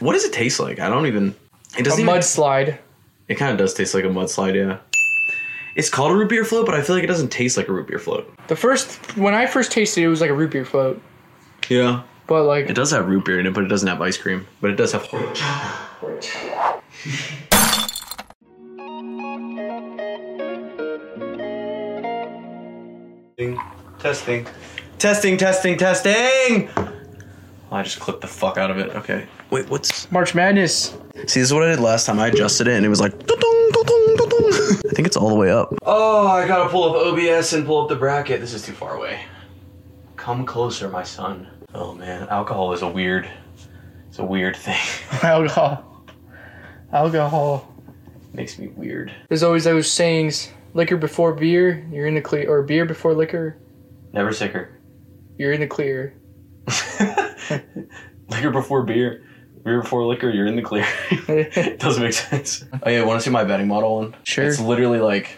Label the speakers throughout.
Speaker 1: What does it taste like? I don't even. It
Speaker 2: A
Speaker 1: doesn't. even,
Speaker 2: mudslide.
Speaker 1: it kind of does taste like a mudslide. Yeah. It's called a root beer float, but I feel like it doesn't taste like a root beer float.
Speaker 2: The first when I first tasted it, it was like a root beer float,
Speaker 1: Yeah.
Speaker 2: but like
Speaker 1: It does have root beer in it, but it doesn't have ice cream. But it does have
Speaker 3: Testing, testing.
Speaker 1: testing, testing, testing. I just clipped the fuck out of it. Okay. Wait, what's
Speaker 2: March Madness.
Speaker 1: See, this is what I did last time. I adjusted it and it was like. "Dudung, dudung, dudung." I think it's all the way up. Oh, I gotta pull up OBS and pull up the bracket. This is too far away. Come closer, my son. Oh man, alcohol is a weird. It's a weird thing.
Speaker 2: Alcohol. Alcohol.
Speaker 1: Makes me weird.
Speaker 2: There's always those sayings: liquor before beer, you're in the clear, or beer before liquor,
Speaker 1: Never sicker.
Speaker 2: you're in the clear.
Speaker 1: liquor before beer. Beer before liquor, you're in the clear. it doesn't make sense. Oh yeah, want to see my betting model one?
Speaker 2: Sure.
Speaker 1: It's literally like,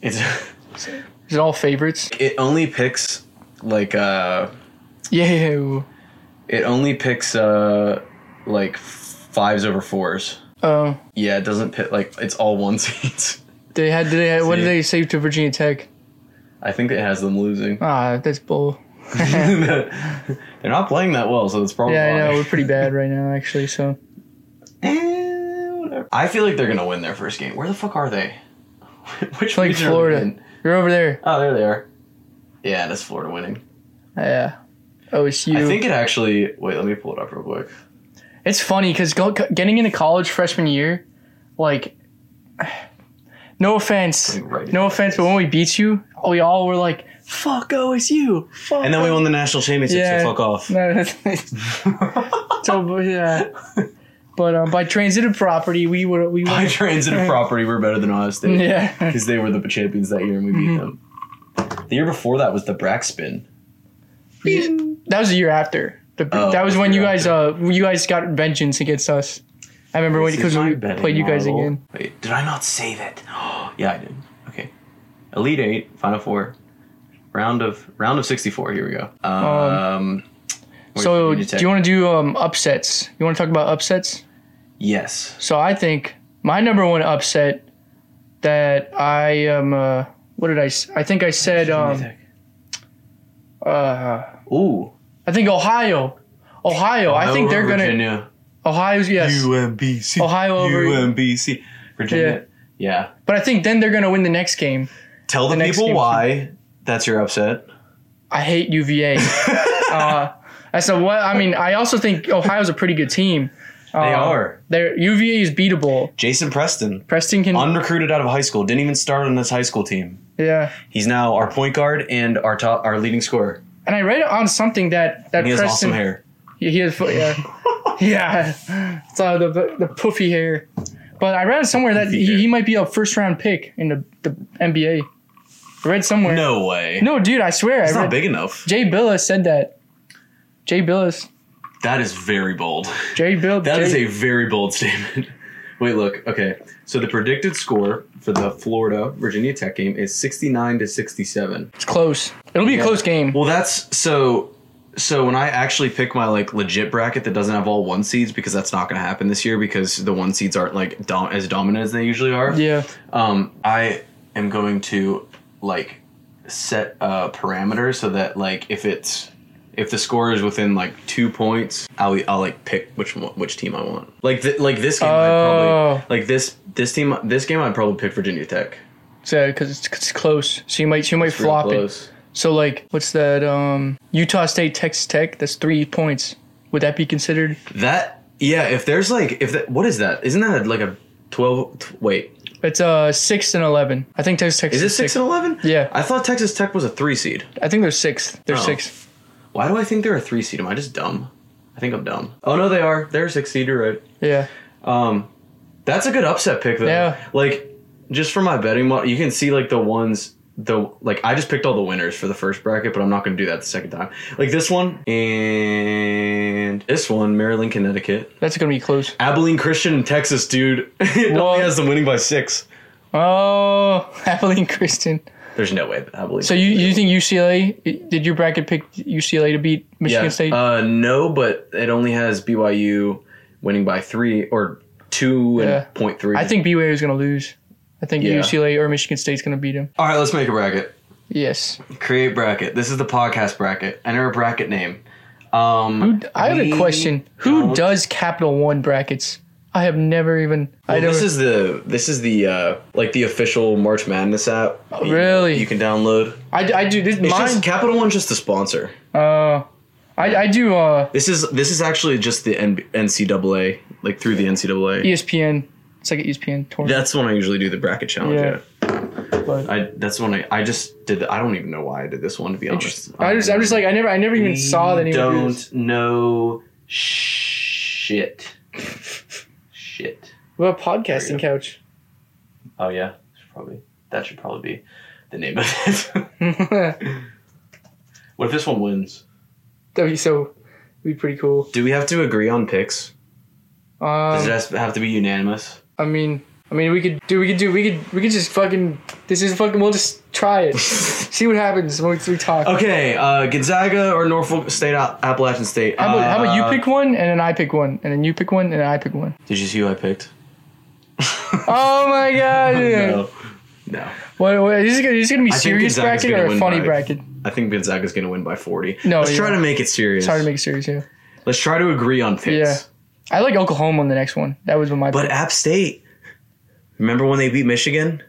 Speaker 1: it's
Speaker 2: Is it all favorites?
Speaker 1: it only picks like uh
Speaker 2: Yeah.
Speaker 1: it only picks uh like fives over fours.
Speaker 2: Oh,
Speaker 1: Yeah, it doesn't pick like it's all one seeds.
Speaker 2: they had. Did they had what
Speaker 1: See.
Speaker 2: did they say to Virginia Tech?
Speaker 1: I think it has them losing.
Speaker 2: Ah, that's bull.
Speaker 1: They're not playing that well, so it's probably
Speaker 2: Yeah, I know.
Speaker 1: why.
Speaker 2: We're pretty bad right now, actually. So
Speaker 1: Eh, whatever. I feel like they're gonna win their first game. Where the fuck are they? Which
Speaker 2: like
Speaker 1: region are we
Speaker 2: Florida,
Speaker 1: in?
Speaker 2: you're over there.
Speaker 1: Oh, there they are. Yeah, that's Florida winning.
Speaker 2: Yeah. Oh, OSU.
Speaker 1: I think it actually. Wait, let me pull it up real quick.
Speaker 2: It's funny because getting into college freshman year, like, no offense,
Speaker 1: Like, right in
Speaker 2: no
Speaker 1: the
Speaker 2: offense, but when we beat you, we all were like, "Fuck OSU!" Fuck.
Speaker 1: And then we won the national championship.
Speaker 2: Yeah.
Speaker 1: So fuck off.
Speaker 2: No, that's- so but, yeah, but um, by transitive property, we would we
Speaker 1: By
Speaker 2: would
Speaker 1: transitive property, we're better than Ohio State.
Speaker 2: yeah.
Speaker 1: because they were the champions that year and we beat them. The year before that was the Brack spin.
Speaker 2: That was the year after. The,
Speaker 1: Oh,
Speaker 2: that was
Speaker 1: the
Speaker 2: when
Speaker 1: year
Speaker 2: you guys uh you guys got vengeance against us. I remember when because we played you guys again.
Speaker 1: Wait, did I not save it? yeah, I did. Okay, Elite Eight, Final Four, round of round of sixty-four. Here we go. Um, wait,
Speaker 2: So
Speaker 1: Virginia
Speaker 2: do
Speaker 1: Tech.
Speaker 2: you want to do um, upsets? You want to talk about upsets?
Speaker 1: Yes.
Speaker 2: So I think my number one upset that I am. Uh, what did I? s- I think I said. Um, uh,
Speaker 1: Ooh.
Speaker 2: I think Ohio, Ohio. I think they're gonna.
Speaker 1: Virginia.
Speaker 2: Ohio's yes,
Speaker 1: UMBC.
Speaker 2: Ohio over-
Speaker 1: UMBC. Virginia. Yeah.
Speaker 2: but I think then they're gonna win the next game.
Speaker 1: Tell the,
Speaker 2: next
Speaker 1: people
Speaker 2: game-
Speaker 1: why that's your upset.
Speaker 2: I hate UVA. uh, that's a what? I mean, I also think Ohio's a pretty good team. Uh,
Speaker 1: They are.
Speaker 2: Their UVA is beatable.
Speaker 1: Jason Preston,
Speaker 2: Preston can.
Speaker 1: unrecruited out of high school, didn't even start on this high school team.
Speaker 2: yeah.
Speaker 1: He's now our point guard and our top, our leading scorer.
Speaker 2: And I read on something that that
Speaker 1: And he has
Speaker 2: Preston
Speaker 1: awesome hair.
Speaker 2: Yeah, he has, yeah, yeah. So the, the the poofy hair. But I read somewhere that
Speaker 1: Poofy
Speaker 2: he,
Speaker 1: hair.
Speaker 2: he might be a first round pick in the, the NBA. I read somewhere.
Speaker 1: No way.
Speaker 2: No, dude, I swear.
Speaker 1: it's
Speaker 2: I
Speaker 1: not
Speaker 2: read,
Speaker 1: big enough.
Speaker 2: Jay Billis said that. Jay Billis.
Speaker 1: That is very bold.
Speaker 2: Jay Bill.
Speaker 1: That
Speaker 2: Jay,
Speaker 1: is a very bold statement. Wait, look. Okay, so the predicted score for the Florida Virginia Tech game is sixty-nine to sixty-seven.
Speaker 2: it's close. It'll be a close game.
Speaker 1: Well, that's so. So when I actually pick my like legit bracket that doesn't have all one seeds because that's not going to happen this year because the one seeds aren't like dom- as dominant as they usually are.
Speaker 2: Yeah.
Speaker 1: um, I am going to like set a parameter so that like if it's if the score is within like two points, I'll I'll like pick which one, which team I want. Like th- like this game, I'd
Speaker 2: Oh.
Speaker 1: probably like this this team this game I'd probably pick Virginia Tech.
Speaker 2: So because it's, it's close, so you might so you might
Speaker 1: It's real
Speaker 2: flop it.
Speaker 1: close.
Speaker 2: So like, what's that? Um, Utah State, Texas Tech. That's three points. Would that be considered?
Speaker 1: That yeah. If there's like if that what is that? Isn't that like a twelve? T- wait,
Speaker 2: It's uh six and eleven. I think Texas Tech
Speaker 1: is it six and eleven?
Speaker 2: Yeah.
Speaker 1: I thought Texas Tech was a three seed.
Speaker 2: I think they're sixth. They're
Speaker 1: Oh.
Speaker 2: sixth.
Speaker 1: Why do I think they're a three seed? Am I just dumb? I think I'm dumb. Oh no, they are. They're a six seed. You're right.
Speaker 2: Yeah.
Speaker 1: Um, that's a good upset pick though.
Speaker 2: Yeah.
Speaker 1: Like, just for my betting model, you can see like the ones the like I just picked all the winners for the first bracket, but I'm not going to do that the second time. Like this one and this one, Maryland, Connecticut,
Speaker 2: That's gonna be close.
Speaker 1: Abilene Christian, and Texas, dude. it
Speaker 2: Well-
Speaker 1: only has them winning by six.
Speaker 2: Oh, Abilene Christian.
Speaker 1: There's no way that Abilene.
Speaker 2: So you you think UCLA? Did your
Speaker 1: um,
Speaker 2: bracket pick UCLA to beat Michigan
Speaker 1: yeah.
Speaker 2: State?
Speaker 1: Uh, no, but it only has BYU, winning by three or two
Speaker 2: Yeah.
Speaker 1: and point three.
Speaker 2: I think BYU is going to lose. I think
Speaker 1: Yeah.
Speaker 2: UCLA or Michigan State's going to beat them.
Speaker 1: All right, let's make a bracket.
Speaker 2: Yes.
Speaker 1: Create bracket. This is the podcast bracket. Enter a bracket name. Um,
Speaker 2: Who, I have a
Speaker 1: we
Speaker 2: question. Who
Speaker 1: don't-
Speaker 2: does Capital One brackets? I have never even. I
Speaker 1: Well,
Speaker 2: don't.
Speaker 1: this is the this is the uh, like the official March Madness app. you-
Speaker 2: Oh, really?
Speaker 1: You can download.
Speaker 2: I, I do this.
Speaker 1: It's
Speaker 2: Mine.
Speaker 1: just Capital One's just the sponsor.
Speaker 2: uh, I, I do uh,
Speaker 1: This is this is actually just the N- NCAA like through the NCAA.
Speaker 2: E ESPN. It's like E an ESPN tour.
Speaker 1: That's when I usually do the bracket challenge.
Speaker 2: Yeah.
Speaker 1: Yeah.
Speaker 2: but
Speaker 1: I that's when I I just did. The, I don't even know why I did this one to be honest.
Speaker 2: I just I'm just like I never I never even saw that anyone do this.
Speaker 1: don't know shit. shit.
Speaker 2: What about podcasting couch?
Speaker 1: Oh yeah, should probably that should probably be the name of it.
Speaker 2: that
Speaker 1: what if this one wins?
Speaker 2: would be so. Be pretty cool.
Speaker 1: Do we have to agree on picks? Does
Speaker 2: Um,
Speaker 1: it has- have to be unanimous?
Speaker 2: I mean, I mean, we could do, we could do, we could, we could just fucking. This is fucking. We'll just try it. See what happens once we talk.
Speaker 1: Okay, uh, Gonzaga or Norfolk State, Al- Appalachian State.
Speaker 2: How about, how about
Speaker 1: Uh,
Speaker 2: you pick one and then I pick one and then you pick one and I pick one.
Speaker 1: Did you see who I picked?
Speaker 2: Oh my god!
Speaker 1: no, no.
Speaker 2: What, what, is, this gonna, is this gonna be
Speaker 1: think
Speaker 2: serious
Speaker 1: Gonzaga's
Speaker 2: bracket
Speaker 1: gonna
Speaker 2: or a
Speaker 1: win
Speaker 2: funny
Speaker 1: by-
Speaker 2: bracket?
Speaker 1: I think Gonzaga's gonna win by forty.
Speaker 2: No,
Speaker 1: let's try
Speaker 2: yeah.
Speaker 1: to make it serious.
Speaker 2: It's hard to make it serious. Yeah,
Speaker 1: let's try to agree on picks.
Speaker 2: Yeah. I like Oklahoma on the next one. That was my.
Speaker 1: But App State, remember when they beat Michigan?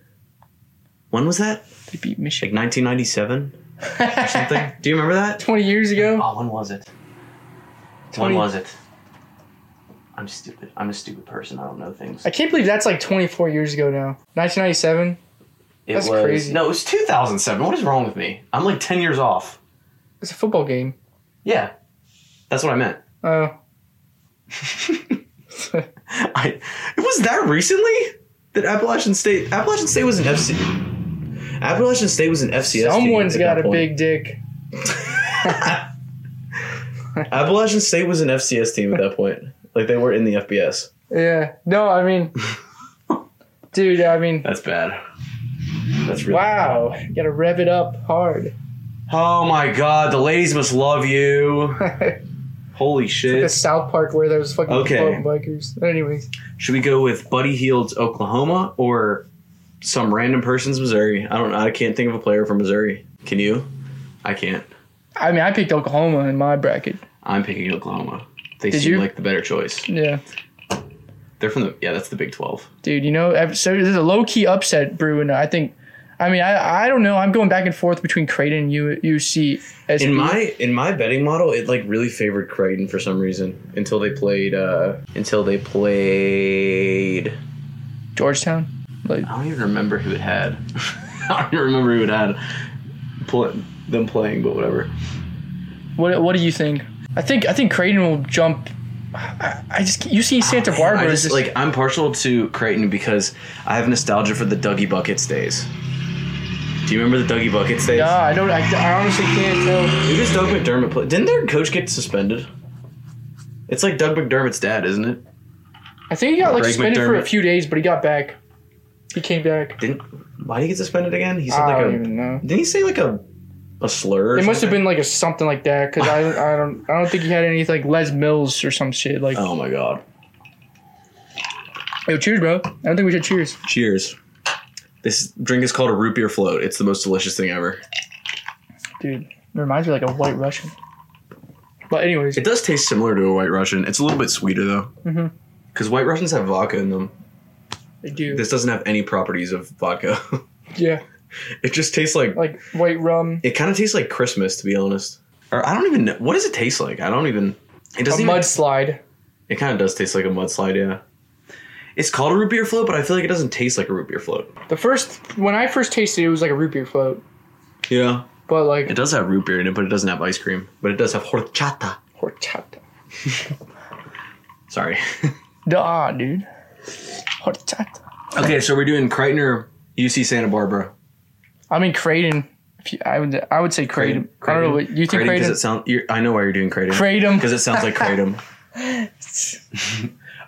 Speaker 1: When was that?
Speaker 2: they beat
Speaker 1: Like
Speaker 2: Michigan
Speaker 1: 1997 or something? Do you remember that?
Speaker 2: twenty years ago.
Speaker 1: Oh, when was it?
Speaker 2: 20
Speaker 1: it? I'm stupid. I'm a stupid person. I don't know things.
Speaker 2: I can't believe that's like twenty four years ago now. Nineteen ninety seven.
Speaker 1: It
Speaker 2: That's
Speaker 1: was
Speaker 2: crazy.
Speaker 1: no, it was 2007. What is wrong with me? I'm like 10 years off.
Speaker 2: It's a football game.
Speaker 1: Yeah, that's what I meant.
Speaker 2: Uh,
Speaker 1: I it was that recently that Appalachian State Appalachian State was an FC. Appalachian State was an FCS. team
Speaker 2: someone's
Speaker 1: at
Speaker 2: got
Speaker 1: that
Speaker 2: a
Speaker 1: point.
Speaker 2: big dick.
Speaker 1: Appalachian State was an FCS team at that point. Like they were in the FBS.
Speaker 2: Yeah. No, I mean, dude. I mean,
Speaker 1: That's bad. That's really.
Speaker 2: wow. Gotta rev it up hard.
Speaker 1: Oh my god, the ladies must love you. Holy
Speaker 2: the
Speaker 1: shit.
Speaker 2: South Park where there's fucking
Speaker 1: Okay.
Speaker 2: mountain bikers. Anyways,
Speaker 1: Should we go with Buddy Heald's Oklahoma or some random person's Missouri? I don't I can't think of a player from Missouri. Can you? I can't.
Speaker 2: I mean, I picked Oklahoma in my bracket.
Speaker 1: I'm picking Oklahoma. They
Speaker 2: Did
Speaker 1: seem
Speaker 2: you?
Speaker 1: like the better choice.
Speaker 2: Yeah,
Speaker 1: They're from the yeah, that's the Big 12.
Speaker 2: dude. You know, I've- so there's a low key upset brewing. I think. I mean, I I don't know. I'm going back and forth between Creighton and U, UC.
Speaker 1: In my in my betting model, it like really favored Creighton for some reason until they played uh until they played
Speaker 2: Georgetown. Like,
Speaker 1: I don't even remember who it had. I don't even remember who it had. Pl- them playing, but whatever.
Speaker 2: what what do you think? I think I think Creighton will jump. I, I just UC Santa Barbara.
Speaker 1: I
Speaker 2: is
Speaker 1: just
Speaker 2: just,
Speaker 1: like I'm partial to Creighton because I have nostalgia for the Dougie Buckets days. Do you remember the Dougie Buckets days?
Speaker 2: Nah, I don't. I, I honestly can't tell.
Speaker 1: Who does Doug McDermott play? Didn't their coach get suspended? It's like Doug McDermott's dad, isn't it?
Speaker 2: I think he got like
Speaker 1: Greg
Speaker 2: suspended for a
Speaker 1: McDermott.
Speaker 2: few days, but he got back. He came back.
Speaker 1: Didn't why did he get suspended again? He said
Speaker 2: I
Speaker 1: like
Speaker 2: don't
Speaker 1: a
Speaker 2: even know.
Speaker 1: didn't he say like a a slur? or
Speaker 2: It must have
Speaker 1: something?
Speaker 2: been like a something like that because I, I don't I don't think he had any like Les Mills or some shit like
Speaker 1: Oh my god!
Speaker 2: yo cheers bro I don't think we should cheers
Speaker 1: Cheers. This drink is called a root beer float. It's the most delicious thing ever.
Speaker 2: dude it reminds me like a White Russian but anyways
Speaker 1: It does taste similar to a White Russian. It's a little bit sweeter though.
Speaker 2: Mhm.
Speaker 1: Because White Russians have vodka in them.
Speaker 2: I do
Speaker 1: This doesn't have any properties of vodka.
Speaker 2: yeah
Speaker 1: it just tastes like
Speaker 2: like white rum
Speaker 1: it kind of tastes like Christmas, to be honest. Or I don't even know what does it taste like. I don't even. It
Speaker 2: a
Speaker 1: doesn't. Even,
Speaker 2: mudslide
Speaker 1: it kind of does taste like a mudslide. Yeah. It's called a root beer float, but I feel like it doesn't taste like a root beer float.
Speaker 2: the first when I first tasted it, it was like a root beer float
Speaker 1: Yeah.
Speaker 2: but like
Speaker 1: It does have root beer in it, but it doesn't have ice cream. But it does have horchata.
Speaker 2: horchata
Speaker 1: Sorry.
Speaker 2: duh dude horchata
Speaker 1: okay, so we're doing Creighton or UC Santa Barbara.
Speaker 2: I mean Creighton if you, I would I would say Creighton, I don't know what you think
Speaker 1: Creighton? 'cause
Speaker 2: Creighton
Speaker 1: It sound, you're, I know why you're doing Creighton.
Speaker 2: Kratom.
Speaker 1: Because it sounds like Kratom.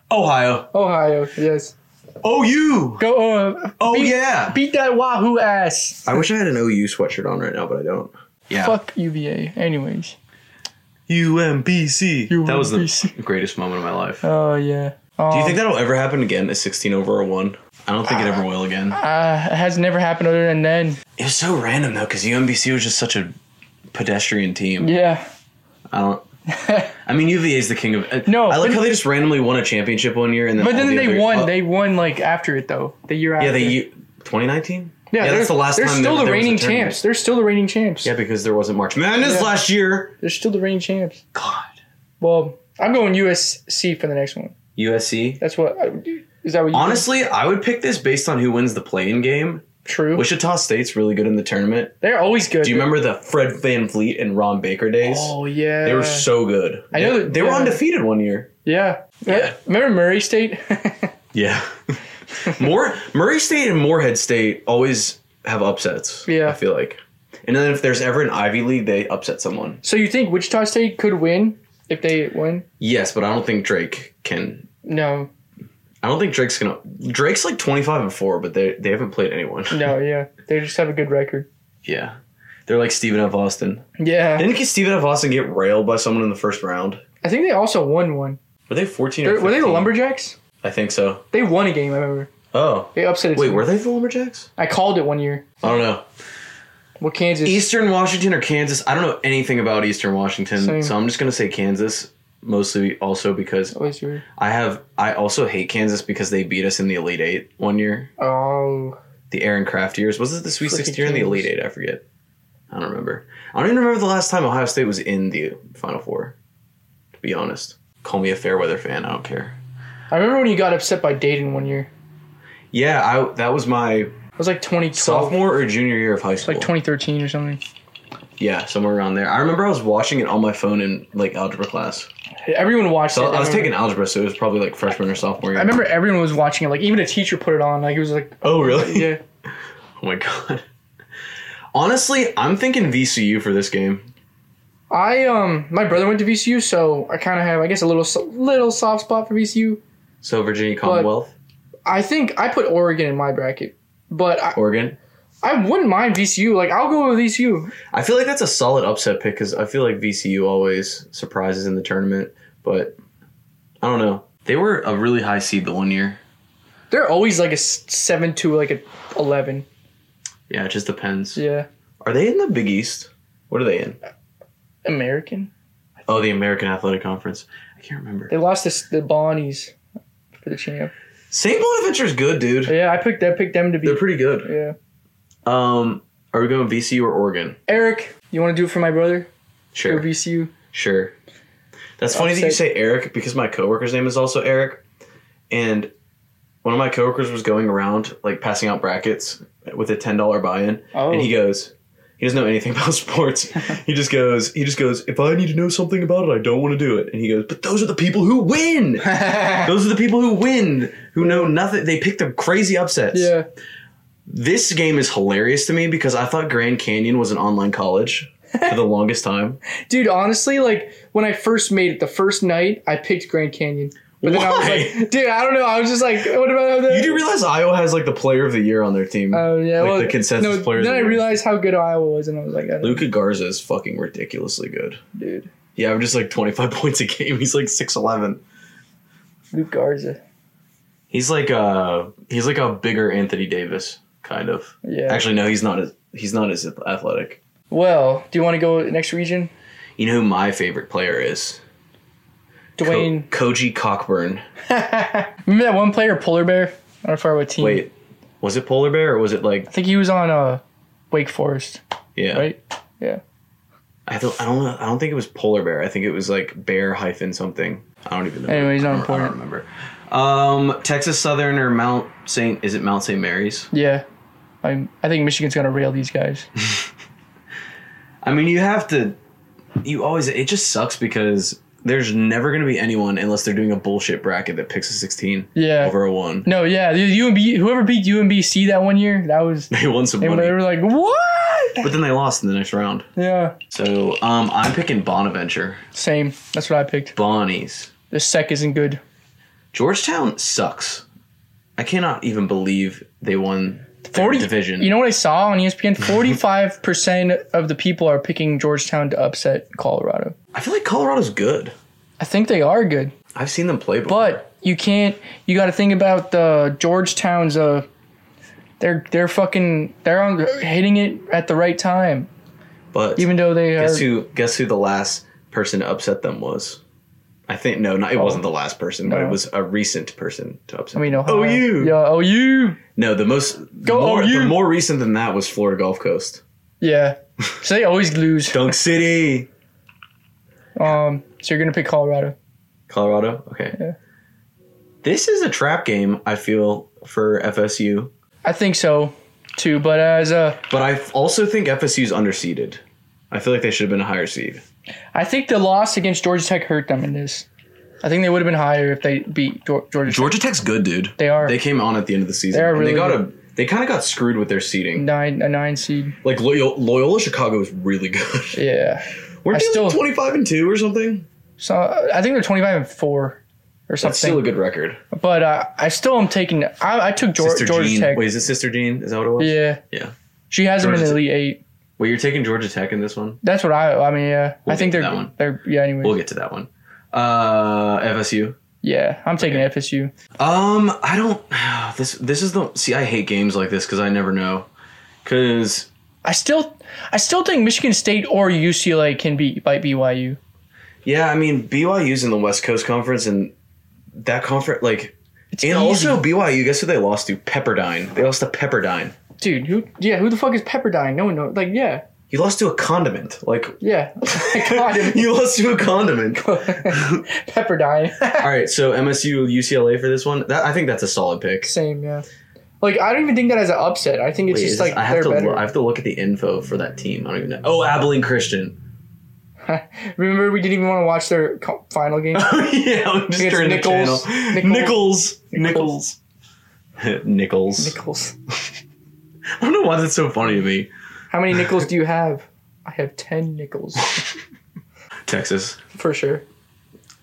Speaker 1: Ohio.
Speaker 2: Ohio yes
Speaker 1: OU.
Speaker 2: go uh,
Speaker 1: Oh,
Speaker 2: beat-
Speaker 1: yeah.
Speaker 2: beat that Wahoo ass.
Speaker 1: I wish I had an OU sweatshirt on right now, but I don't. Yeah.
Speaker 2: Fuck UVA. Anyways,
Speaker 1: UMBC. That was the
Speaker 2: UMBC.
Speaker 1: greatest moment of my life.
Speaker 2: Oh yeah.
Speaker 1: Do you think that'll ever happen again? A 16 over a 1? I don't think it ever will again.
Speaker 2: Uh, it has never happened other than then.
Speaker 1: It was so random though, because UMBC was just such a pedestrian team.
Speaker 2: Yeah.
Speaker 1: I don't. I mean, UVA is the king of. uh,
Speaker 2: No,
Speaker 1: I like
Speaker 2: but-
Speaker 1: how they just randomly won a championship one year, and then
Speaker 2: But
Speaker 1: all
Speaker 2: then
Speaker 1: the
Speaker 2: they
Speaker 1: other-
Speaker 2: won.
Speaker 1: uh,
Speaker 2: they won like after it though. The year after.
Speaker 1: yeah they 2019.
Speaker 2: Yeah, they're-
Speaker 1: that's the last
Speaker 2: They're
Speaker 1: time.
Speaker 2: still
Speaker 1: there-
Speaker 2: the
Speaker 1: there was a
Speaker 2: reigning
Speaker 1: tournament.
Speaker 2: champs. They're still the reigning champs.
Speaker 1: Yeah, because there wasn't March Madness
Speaker 2: Yeah.
Speaker 1: last year.
Speaker 2: They're still the reigning champs.
Speaker 1: God,
Speaker 2: Well, I'm going USC for the next one.
Speaker 1: USC.
Speaker 2: That's what. Is that what you
Speaker 1: Honestly, I would pick this based on who wins the play-in game.
Speaker 2: True.
Speaker 1: Wichita State's really good in the tournament.
Speaker 2: They're always good.
Speaker 1: Do you remember the Fred Van Fleet and Ron Baker days?
Speaker 2: Oh yeah.
Speaker 1: They were so good.
Speaker 2: I know
Speaker 1: They-
Speaker 2: that-
Speaker 1: they were
Speaker 2: yeah.
Speaker 1: undefeated one year.
Speaker 2: Yeah.
Speaker 1: Yeah.
Speaker 2: Remember Murray State?
Speaker 1: Yeah. More Murray State and Moorhead State always have upsets.
Speaker 2: Yeah.
Speaker 1: I feel like. And then if there's ever an Ivy League, they upset someone.
Speaker 2: so you think Wichita State could win if they win?
Speaker 1: Yes, but I don't think Drake can.
Speaker 2: No.
Speaker 1: I don't think Drake's gonna. Drake's like 25 and four, but they they haven't played anyone.
Speaker 2: No. Yeah. They just have a good record.
Speaker 1: Yeah. They're like Stephen F. Austin.
Speaker 2: Yeah.
Speaker 1: Didn't Stephen F. Austin get railed by someone in the first round?
Speaker 2: I think they also won one.
Speaker 1: Were they 14 or
Speaker 2: They're- Were they the
Speaker 1: 15?
Speaker 2: Lumberjacks?
Speaker 1: I think so.
Speaker 2: They won a game. I remember.
Speaker 1: Oh.
Speaker 2: They upset. a
Speaker 1: Wait,
Speaker 2: team.
Speaker 1: were they the Lumberjacks?
Speaker 2: I called it one year.
Speaker 1: I don't know.
Speaker 2: Well, Kansas.
Speaker 1: Eastern Washington or Kansas? I don't know anything about Eastern Washington,
Speaker 2: Same.
Speaker 1: so I'm just gonna say Kansas. Mostly, also because
Speaker 2: Always weird.
Speaker 1: I have, I also hate Kansas because they beat us in the Elite Eight one year,
Speaker 2: Oh.
Speaker 1: the Aaron Craft years. Was it the Sweet Sixteen
Speaker 2: Freaking
Speaker 1: year and the
Speaker 2: Kansas.
Speaker 1: Elite Eight? I forget. I don't remember. I don't even remember the last time Ohio State was in the Final Four. To be honest, call me a fair weather fan. I don't care.
Speaker 2: I remember when you got upset by Dayton one year.
Speaker 1: Yeah, I that was my
Speaker 2: It was like 2012,
Speaker 1: sophomore or junior year of high school.
Speaker 2: like 2013 or something.
Speaker 1: yeah, somewhere around there. I remember I was watching it on my phone in like algebra class.
Speaker 2: Everyone watched
Speaker 1: So
Speaker 2: it.
Speaker 1: I was
Speaker 2: remember-
Speaker 1: taking algebra, so it was probably like freshman or sophomore year.
Speaker 2: I remember everyone was watching it. Like even a teacher put it on. Like it was like,
Speaker 1: Oh, really?
Speaker 2: yeah.
Speaker 1: Oh my god. Honestly, I'm thinking VCU for this game.
Speaker 2: I um, my brother went to VCU, so I kind of have, I guess, a little so- little soft spot for VCU.
Speaker 1: So Virginia Commonwealth,
Speaker 2: I think I put Oregon in my bracket, but I,
Speaker 1: Oregon.
Speaker 2: I wouldn't mind VCU. Like I'll go with VCU.
Speaker 1: I feel like that's a solid upset pick because I feel like VCU always surprises in the tournament, but I don't know. They were a really high seed the one year.
Speaker 2: They're always like a s- seven to like a eleven.
Speaker 1: Yeah, it just depends.
Speaker 2: Yeah,
Speaker 1: Are they in the Big East? What are they in?
Speaker 2: American.
Speaker 1: Oh, the American Athletic Conference. I can't remember.
Speaker 2: They lost this the Bonnies for the champ.
Speaker 1: St. Bonaventure's good, dude.
Speaker 2: Yeah, I picked that. Picked them to
Speaker 1: They're
Speaker 2: be.
Speaker 1: pretty good.
Speaker 2: Yeah.
Speaker 1: Um, are we going VCU or Oregon?
Speaker 2: Eric, you want to do it for my brother?
Speaker 1: Sure.
Speaker 2: Go VCU.
Speaker 1: Sure. That's funny that you say Eric because my coworker's name is also Eric, and one of my coworkers was going around like passing out brackets with a ten dollar buy-in,
Speaker 2: Oh.
Speaker 1: and he goes, he doesn't know anything about sports. he just goes, he just goes, if I need to know something about it, I don't want to do it. And he goes, but those are the people who win. those are the people who win, who know nothing. They pick the crazy upsets.
Speaker 2: yeah.
Speaker 1: This game is hilarious to me because I thought Grand Canyon was an online college for the longest time.
Speaker 2: Dude, honestly, like when I first made it the first night, I picked Grand Canyon. But then I was
Speaker 1: Why?
Speaker 2: like, dude, I don't know. I was just like, what about that?
Speaker 1: You do realize Iowa has like the player of the year on their team.
Speaker 2: Oh yeah,
Speaker 1: like
Speaker 2: well,
Speaker 1: the consensus
Speaker 2: no,
Speaker 1: player. of
Speaker 2: Then
Speaker 1: the
Speaker 2: I
Speaker 1: year.
Speaker 2: realized how good Iowa was, and I was like, I don't,
Speaker 1: Luca Garza is fucking ridiculously good.
Speaker 2: dude,
Speaker 1: He averages like 25 points a game. He's like 6'11.
Speaker 2: Luke Garza.
Speaker 1: He's like a he's like a bigger Anthony Davis kind of.
Speaker 2: Yeah.
Speaker 1: Actually, no, he's not as he's not as athletic.
Speaker 2: Well, do you want to go next region?
Speaker 1: You know who my favorite player is? Ko-
Speaker 2: Dwayne.
Speaker 1: Koji Cockburn.
Speaker 2: Remember that one player, Polar Bear? I don't know if I would team.
Speaker 1: Wait, was it Polar Bear or was it like
Speaker 2: I think he was on uh, Wake Forest,
Speaker 1: yeah?
Speaker 2: right?
Speaker 1: I don't I don't know, I don't think it was Polar Bear. I think it was like Bear hyphen something. I don't even know.
Speaker 2: Anyway, he's not
Speaker 1: I don't- I
Speaker 2: important.
Speaker 1: don't remember. Um, Texas Southern or Mount Saint? Is it Mount Saint Mary's?
Speaker 2: Yeah. I'm, I think Michigan's gonna rail these guys.
Speaker 1: I mean, you have to. You always. It just sucks because there's never going to be anyone unless they're doing a bullshit bracket that picks a 16
Speaker 2: Yeah.
Speaker 1: over a one.
Speaker 2: No, yeah, the UMB, whoever beat UMBC that one year, that was
Speaker 1: They won some
Speaker 2: they
Speaker 1: money,
Speaker 2: were like, what?
Speaker 1: but then they lost in the next round.
Speaker 2: Yeah,
Speaker 1: So um, I'm picking Bonaventure,
Speaker 2: same. That's what I picked.
Speaker 1: Bonnies.
Speaker 2: The sec isn't good.
Speaker 1: Georgetown sucks. I cannot even believe they won
Speaker 2: Forty
Speaker 1: division.
Speaker 2: You know what I saw on E ESPN? Forty-five percent of the people are picking Georgetown to upset Colorado.
Speaker 1: I feel like Colorado's good.
Speaker 2: I think they are good,
Speaker 1: I've seen them play before.
Speaker 2: but you can't. You got to think about the Georgetown's. Uh, they're they're fucking they're on hitting it at the right time,
Speaker 1: but
Speaker 2: even though they are.
Speaker 1: guess who guess who the last person to upset them was? I think no, not it wasn't the last person, but it
Speaker 2: Oh. No.
Speaker 1: was a recent person to upset.
Speaker 2: I mean,
Speaker 1: them.
Speaker 2: Ohio.
Speaker 1: OU.
Speaker 2: Yeah, OU.
Speaker 1: No, the most
Speaker 2: Go
Speaker 1: more,
Speaker 2: OU.
Speaker 1: the more recent than that was Florida Gulf Coast.
Speaker 2: Yeah. So they always lose.
Speaker 1: Dunk City.
Speaker 2: Um. So you're gonna pick Colorado.
Speaker 1: Colorado. Okay.
Speaker 2: Yeah.
Speaker 1: This is a trap game, I feel, for FSU.
Speaker 2: I think so, too. But as a,
Speaker 1: But I also think FSU's underseeded. I feel like they should have been a higher seed.
Speaker 2: I think the loss against Georgia Tech hurt them in this. I think they would have been higher if they beat Geor- Georgia. Tech.
Speaker 1: Georgia Tech's good, dude.
Speaker 2: They are
Speaker 1: They came on at the end of the season.
Speaker 2: They are
Speaker 1: and
Speaker 2: really
Speaker 1: they got a they kind of got screwed with their seeding.
Speaker 2: nine a nine seed.
Speaker 1: Like Loyola, Loyola Chicago is really good.
Speaker 2: Yeah.
Speaker 1: We're
Speaker 2: I still-
Speaker 1: still 25 and 2 or something.
Speaker 2: So I think they're twenty five and four or
Speaker 1: That's still a
Speaker 2: something.
Speaker 1: good record.
Speaker 2: But uh, I still am taking. I, I took Geor-
Speaker 1: Sister
Speaker 2: Georgia
Speaker 1: Jean.
Speaker 2: Tech.
Speaker 1: Wait, is it Sister Jean? Is that what it was?
Speaker 2: Yeah.
Speaker 1: Yeah.
Speaker 2: She has them in the
Speaker 1: Georgia
Speaker 2: elite eight.
Speaker 1: Wait, you're taking Georgia Tech in this one?
Speaker 2: That's what I. I mean, yeah.
Speaker 1: We'll
Speaker 2: I think
Speaker 1: get
Speaker 2: they're
Speaker 1: that one.
Speaker 2: they're yeah. Anyways,
Speaker 1: We'll get to that one. Uh FSU.
Speaker 2: yeah. I'm taking FSU.
Speaker 1: Um, I don't this this is the see I hate games like this cuz I never know. Cuz
Speaker 2: I still I still think Michigan State or UCLA can beat by BYU.
Speaker 1: yeah, I mean BYU's in the West Coast Conference and that conference like
Speaker 2: It's
Speaker 1: and
Speaker 2: easy.
Speaker 1: also BYU, guess who they lost to? Pepperdine. They lost to Pepperdine.
Speaker 2: dude, who yeah, who the fuck is Pepperdine? No one knows. Like yeah,
Speaker 1: You lost to a condiment. Like
Speaker 2: yeah. God.
Speaker 1: you lost to a condiment.
Speaker 2: Pepperdine.
Speaker 1: All right, so MSU UCLA for this one. That, I think that's a solid pick.
Speaker 2: Same, yeah. Like I don't even think that as an upset. I think it's
Speaker 1: Wait, is
Speaker 2: just
Speaker 1: this-
Speaker 2: like
Speaker 1: I
Speaker 2: they're
Speaker 1: have to
Speaker 2: better.
Speaker 1: look, I have to look at the info for that team. I don't even know. Oh, Abilene Christian.
Speaker 2: Remember, we didn't even want to watch their co- final game.
Speaker 1: yeah, I'm
Speaker 2: It's
Speaker 1: just turning the
Speaker 2: Nichols.
Speaker 1: channel. Nichols.
Speaker 2: Nichols.
Speaker 1: Nichols. Nichols.
Speaker 2: Nickels.
Speaker 1: I don't know why that's so funny to me.
Speaker 2: How many nickels do you have? I have ten nickels
Speaker 1: Texas.
Speaker 2: for sure.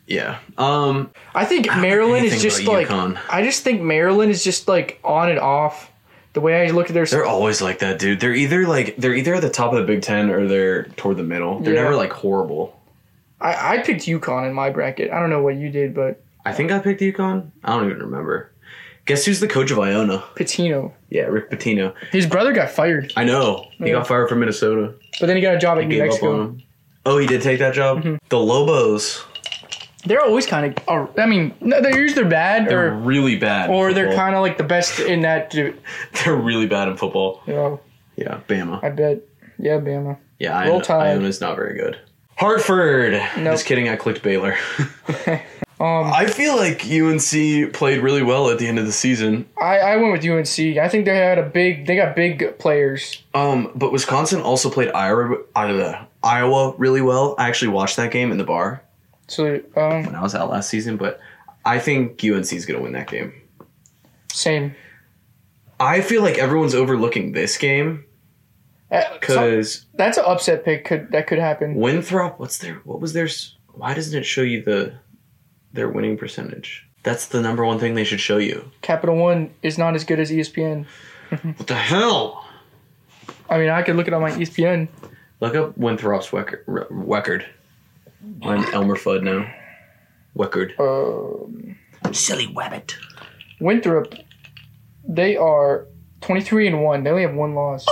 Speaker 1: Yeah. Um.
Speaker 2: I think
Speaker 1: don't
Speaker 2: Maryland
Speaker 1: know
Speaker 2: is
Speaker 1: anything
Speaker 2: just
Speaker 1: about
Speaker 2: like
Speaker 1: UConn.
Speaker 2: I just think Maryland is just like on and off. The way I look at their
Speaker 1: They're always like that, dude. They're either like they're either at the top of the Big Ten or they're toward the middle. They're
Speaker 2: Yeah.
Speaker 1: never like horrible.
Speaker 2: I, I picked UConn in my bracket. I don't know what you did, but
Speaker 1: I think I picked UConn. I don't even remember. Guess who's the coach of Iona?
Speaker 2: Patino.
Speaker 1: Yeah, Rick Pitino.
Speaker 2: His brother got fired,
Speaker 1: I know. He
Speaker 2: Yeah.
Speaker 1: got fired from Minnesota.
Speaker 2: but then he got a job at New
Speaker 1: Gave up on
Speaker 2: Mexico. Mm-hmm.
Speaker 1: him. Oh, he did take that job? The Lobos
Speaker 2: They're always kind of. I mean, no, they're usually they're bad
Speaker 1: are
Speaker 2: or
Speaker 1: really bad. in
Speaker 2: or they're
Speaker 1: football.
Speaker 2: kind of like the best in that. div-
Speaker 1: they're really bad in football.
Speaker 2: You know,
Speaker 1: Yeah, Bama.
Speaker 2: I bet. Yeah, Bama.
Speaker 1: Yeah, I
Speaker 2: Roll Tide.
Speaker 1: Iona's not very good. Hartford. Just kidding, I clicked Baylor.
Speaker 2: Um,
Speaker 1: I feel like UNC played really well at the end of the season.
Speaker 2: I, I went with UNC. I think they had a big. They got big players.
Speaker 1: Um, but Wisconsin also played Iowa Iowa- Iowa really well. I actually watched that game in the bar
Speaker 2: So um,
Speaker 1: when I was out last season, but I think UNC's gonna win that game.
Speaker 2: same.
Speaker 1: I feel like everyone's overlooking this game
Speaker 2: Uh, so-
Speaker 1: because
Speaker 2: that's an upset pick. Could that could happen?
Speaker 1: Winthrop, what's their what was theirs? Why doesn't it show you the their winning percentage? That's the number one thing they should show you.
Speaker 2: Capital One is not as good as E ESPN.
Speaker 1: What the hell?
Speaker 2: I mean, I could look it on E my ESPN.
Speaker 1: Look up Winthrop's record. record. I'm Elmer Fudd now. Weckard.
Speaker 2: Um
Speaker 1: Silly wabbit.
Speaker 2: Winthrop, they are 23 and 1. They only have one loss.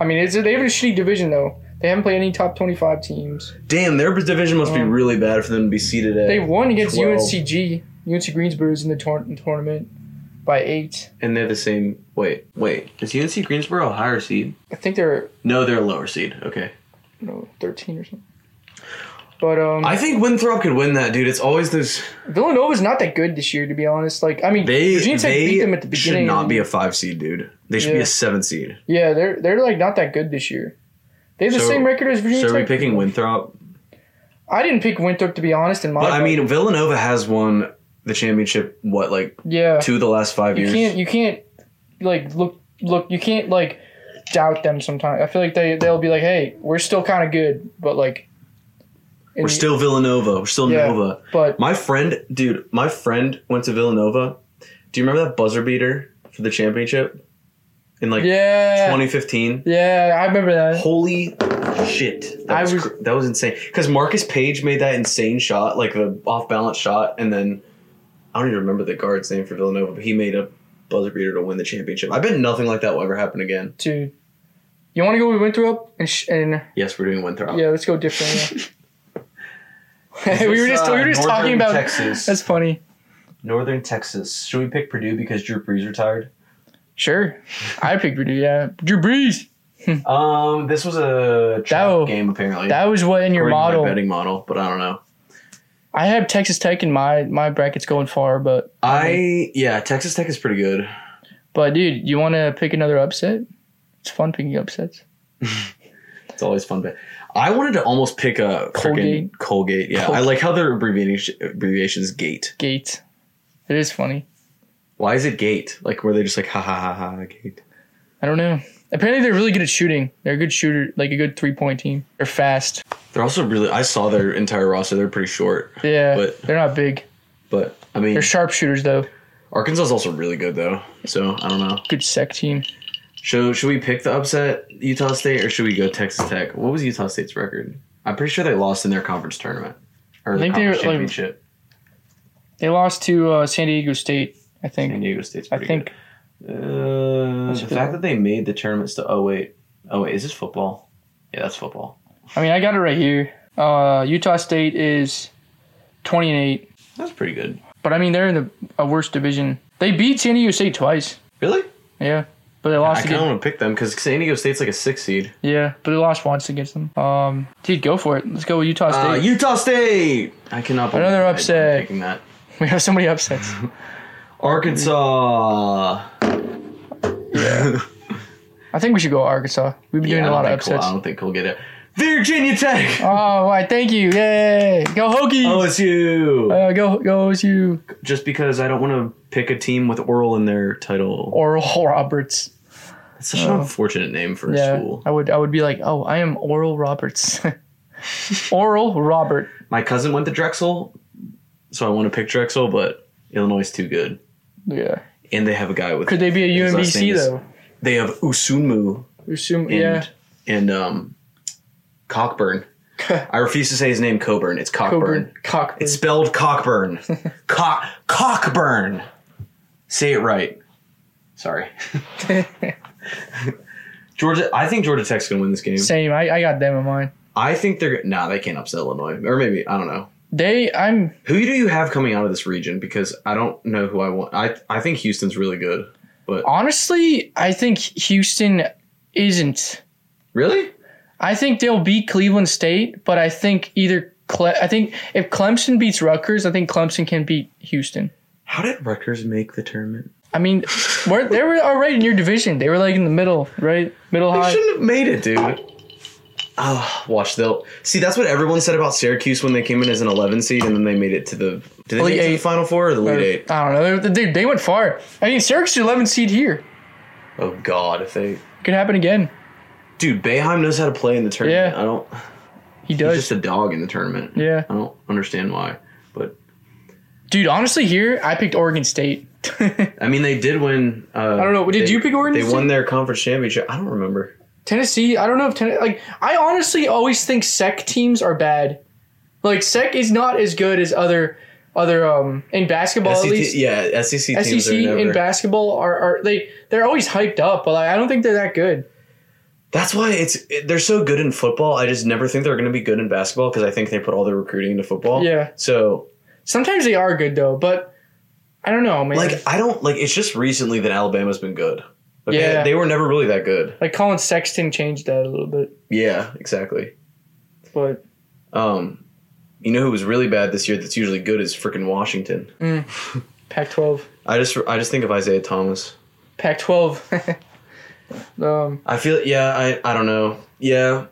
Speaker 2: I mean, it's, they have a shitty division, though. They haven't played any top 25 teams.
Speaker 1: Damn, their division must be
Speaker 2: Um,
Speaker 1: really bad for them to be seated at.
Speaker 2: They won against
Speaker 1: 12.
Speaker 2: UNCG. UNC Greensboro's in the tour- tournament by 8.
Speaker 1: and they're the same. Wait, wait. Is UNC Greensboro a higher seed?
Speaker 2: I think they're
Speaker 1: No, they're a lower seed. Okay.
Speaker 2: you know, 13 or something. But um,
Speaker 1: I think Winthrop could win that, dude. It's always those.
Speaker 2: Villanova's not that good this year, to be honest. Like, I mean,
Speaker 1: They,
Speaker 2: Virginia Tech
Speaker 1: they
Speaker 2: beat them at the beginning.
Speaker 1: should not be a five seed, dude. They should be
Speaker 2: Yeah.
Speaker 1: a seven seed.
Speaker 2: yeah, they're they're like not that good this year. They have the
Speaker 1: So-
Speaker 2: same record as Virginia
Speaker 1: So are we
Speaker 2: Tech.
Speaker 1: picking Winthrop?
Speaker 2: I didn't pick Winthrop to be honest. In my,
Speaker 1: But I
Speaker 2: book.
Speaker 1: mean, Villanova has won the championship. What like
Speaker 2: yeah,
Speaker 1: two of the last five
Speaker 2: you
Speaker 1: years?
Speaker 2: can't you can't like look look you can't like doubt them sometimes. I feel like they they'll be like, hey, we're still kind of good, but like in
Speaker 1: We're
Speaker 2: the-
Speaker 1: still Villanova. We're still
Speaker 2: Yeah.
Speaker 1: Nova.
Speaker 2: But
Speaker 1: My friend, dude, my friend went to Villanova. Do you remember that buzzer beater for the championship? in like
Speaker 2: yeah.
Speaker 1: 2015.
Speaker 2: Yeah, I remember that.
Speaker 1: Holy shit! That
Speaker 2: I
Speaker 1: was,
Speaker 2: was-
Speaker 1: cr- that was insane. Because Marcus Page made that insane shot, like the off balance shot, and then I don't even remember the guard's name for Villanova, but he made a buzzer beater to win the championship. I bet nothing like that will ever happen again.
Speaker 2: Dude, you want to go with Winthrop and sh- and
Speaker 1: Yes, we're doing Winthrop.
Speaker 2: yeah, let's go different. Yeah. we were just
Speaker 1: uh,
Speaker 2: we were just talking about
Speaker 3: Texas.
Speaker 2: that's funny.
Speaker 3: Northern Texas. Should we pick Purdue because Drew Brees retired?
Speaker 2: Sure, I picked Purdue. Yeah, Drew Brees.
Speaker 3: Um, this was a trap
Speaker 2: That-
Speaker 3: game apparently.
Speaker 2: That was what in your
Speaker 1: According to my
Speaker 2: model.
Speaker 1: betting model, but I don't know.
Speaker 2: I have Texas Tech in my my brackets going far, but
Speaker 1: I yeah, Texas Tech is pretty good.
Speaker 2: but dude, you want to pick another upset? It's fun picking upsets.
Speaker 1: It's always fun. But I wanted to almost pick a Colgate.
Speaker 2: Colgate.
Speaker 1: Colgate. Yeah, I
Speaker 2: Colgate.
Speaker 1: like how their abbreviation abbreviations Gate.
Speaker 2: Gates. It is funny.
Speaker 1: Why is it Gate? Like were they just like ha ha ha ha Gate?
Speaker 2: I don't know. Apparently, they're really good at shooting. They're a good shooter, like a good three point team. They're fast.
Speaker 1: They're also really. I saw their entire roster. They're pretty short,
Speaker 2: Yeah,
Speaker 1: But-
Speaker 2: they're not big.
Speaker 1: but I mean,
Speaker 2: They're sharpshooters though.
Speaker 1: Arkansas is also really good though. So I don't know.
Speaker 2: Good sec team.
Speaker 1: Should should we pick the upset Utah State or should we go Texas Tech? What was Utah State's record? I'm pretty sure they lost in their conference tournament or the
Speaker 2: think they
Speaker 1: conference
Speaker 2: were, like,
Speaker 1: championship.
Speaker 2: They lost to uh, San Diego State, I
Speaker 1: San
Speaker 2: think.
Speaker 1: Diego State's.
Speaker 2: I
Speaker 1: Pretty
Speaker 2: think
Speaker 1: good. Uh,
Speaker 2: That's
Speaker 1: the
Speaker 2: good.
Speaker 1: fact that they made the tournaments to oh wait oh wait is this football? Yeah, that's football.
Speaker 2: I mean, I got it right here. Uh, Utah State is 20 and 8,
Speaker 1: That's pretty good.
Speaker 2: but I mean, they're in the a worse division. They beat San Diego State twice.
Speaker 1: Really?
Speaker 2: Yeah. But they
Speaker 1: I
Speaker 2: lost
Speaker 1: kind of
Speaker 2: against
Speaker 1: want to pick them because San Diego State's like a six seed.
Speaker 2: Yeah, but they lost once against them. Um, dude, go for it. Let's go with Utah State.
Speaker 1: Uh, Utah State. I cannot. believe
Speaker 2: Another
Speaker 1: I'm
Speaker 2: upset.
Speaker 1: Picking that.
Speaker 2: we have so many upsets.
Speaker 1: Arkansas.
Speaker 2: I think we should go Arkansas. We've been
Speaker 1: Yeah, I
Speaker 2: doing a
Speaker 1: don't
Speaker 2: lot of
Speaker 1: think we'll-
Speaker 2: upsets.
Speaker 1: I don't think we'll get it. Virginia Tech.
Speaker 2: Oh, why? Thank you. Yay. Go Hokies.
Speaker 1: Oh, OSU.
Speaker 2: Oh, Uh, go go OSU.
Speaker 1: Just because I don't want to pick a team with Oral in their title.
Speaker 2: Oral Roberts.
Speaker 1: That's such an
Speaker 2: Oh.
Speaker 1: unfortunate name for a school.
Speaker 2: I would I would be like, oh, I am Oral Roberts. Oral Robert.
Speaker 1: My cousin went to Drexel, so I want to pick Drexel, but Illinois is too good.
Speaker 2: Yeah.
Speaker 1: And they have a guy with.
Speaker 2: Could they be a
Speaker 1: His last name
Speaker 2: UMBC
Speaker 1: is-
Speaker 2: though?
Speaker 1: They have Usumu
Speaker 2: Assume,
Speaker 1: and
Speaker 2: yeah.
Speaker 1: and um, Cockburn. I refuse to say his name. Coburn. It's Cockburn.
Speaker 2: Coburn. Cockburn.
Speaker 1: It's spelled Cockburn. Cock Cockburn. Say it right. Sorry. Georgia. I think Georgia Tech's gonna win this game.
Speaker 2: Same. I, I got them in mind.
Speaker 1: I think they're nah. They can't upset Illinois, or maybe I don't know.
Speaker 2: They I'm
Speaker 1: Who do you have coming out of this region? Because I don't know who I want. I I think Houston's really good.
Speaker 2: honestly I think Houston isn't.
Speaker 1: Really?
Speaker 2: I think they'll beat Cleveland State, but I think either Cle- I think if Clemson beats Rutgers, I think Clemson can beat Houston.
Speaker 1: How did Rutgers make the tournament?
Speaker 2: I mean, we're, they were already in your division. They were like in the middle, right? Middle
Speaker 1: They
Speaker 2: high.
Speaker 1: shouldn't have made it, dude. Ah, watch they'll see. That's what everyone said about Syracuse when they came in as an 11 seed, and then they made it to the. Did they
Speaker 2: Elite
Speaker 1: make it to the
Speaker 2: eight. Uh,
Speaker 1: final four or the
Speaker 2: I
Speaker 1: lead eight?
Speaker 2: don't know. They, they, they went far. I mean, Syracuse is 11 seed here.
Speaker 1: Oh God, if they
Speaker 2: Could happen again.
Speaker 1: dude, Bayheim knows how to play in the tournament.
Speaker 2: Yeah.
Speaker 1: I don't.
Speaker 2: He
Speaker 1: He's
Speaker 2: does.
Speaker 1: just a dog in the tournament.
Speaker 2: Yeah.
Speaker 1: I don't understand why, but
Speaker 2: Dude, honestly, here, I picked Oregon State.
Speaker 1: I mean, they did win. Uh, I
Speaker 2: don't know. Did you pick Oregon
Speaker 1: They
Speaker 2: State?
Speaker 1: won their conference championship. I don't remember.
Speaker 2: Tennessee, I don't know if Tennessee. Like, I honestly always think SEC teams are bad. Like, SEC is not as good as other, other, um, in basketball
Speaker 1: SEC,
Speaker 2: at least.
Speaker 1: yeah, SEC E teams
Speaker 2: SEC
Speaker 1: are never.
Speaker 2: in basketball are, are they they're always hyped up, but like, I don't think they're that good.
Speaker 1: That's why it's it, they're so good in football. I just never think they're going to be good in basketball because I think they put all their recruiting into football.
Speaker 2: Yeah.
Speaker 1: So
Speaker 2: Sometimes they are good though, but I don't know, man.
Speaker 1: like I don't like it's just recently that Alabama's been good. Like, they-
Speaker 2: Yeah.
Speaker 1: They were never really that good.
Speaker 2: like Colin Sexton changed that a little bit,
Speaker 1: Yeah, exactly.
Speaker 2: but
Speaker 1: Um, you know who was really bad this year? That's usually good is freaking Washington.
Speaker 2: Pac-12.
Speaker 1: I just I just think of Isaiah Thomas.
Speaker 2: Pac-12. um,
Speaker 1: I feel yeah. I I don't know. Yeah.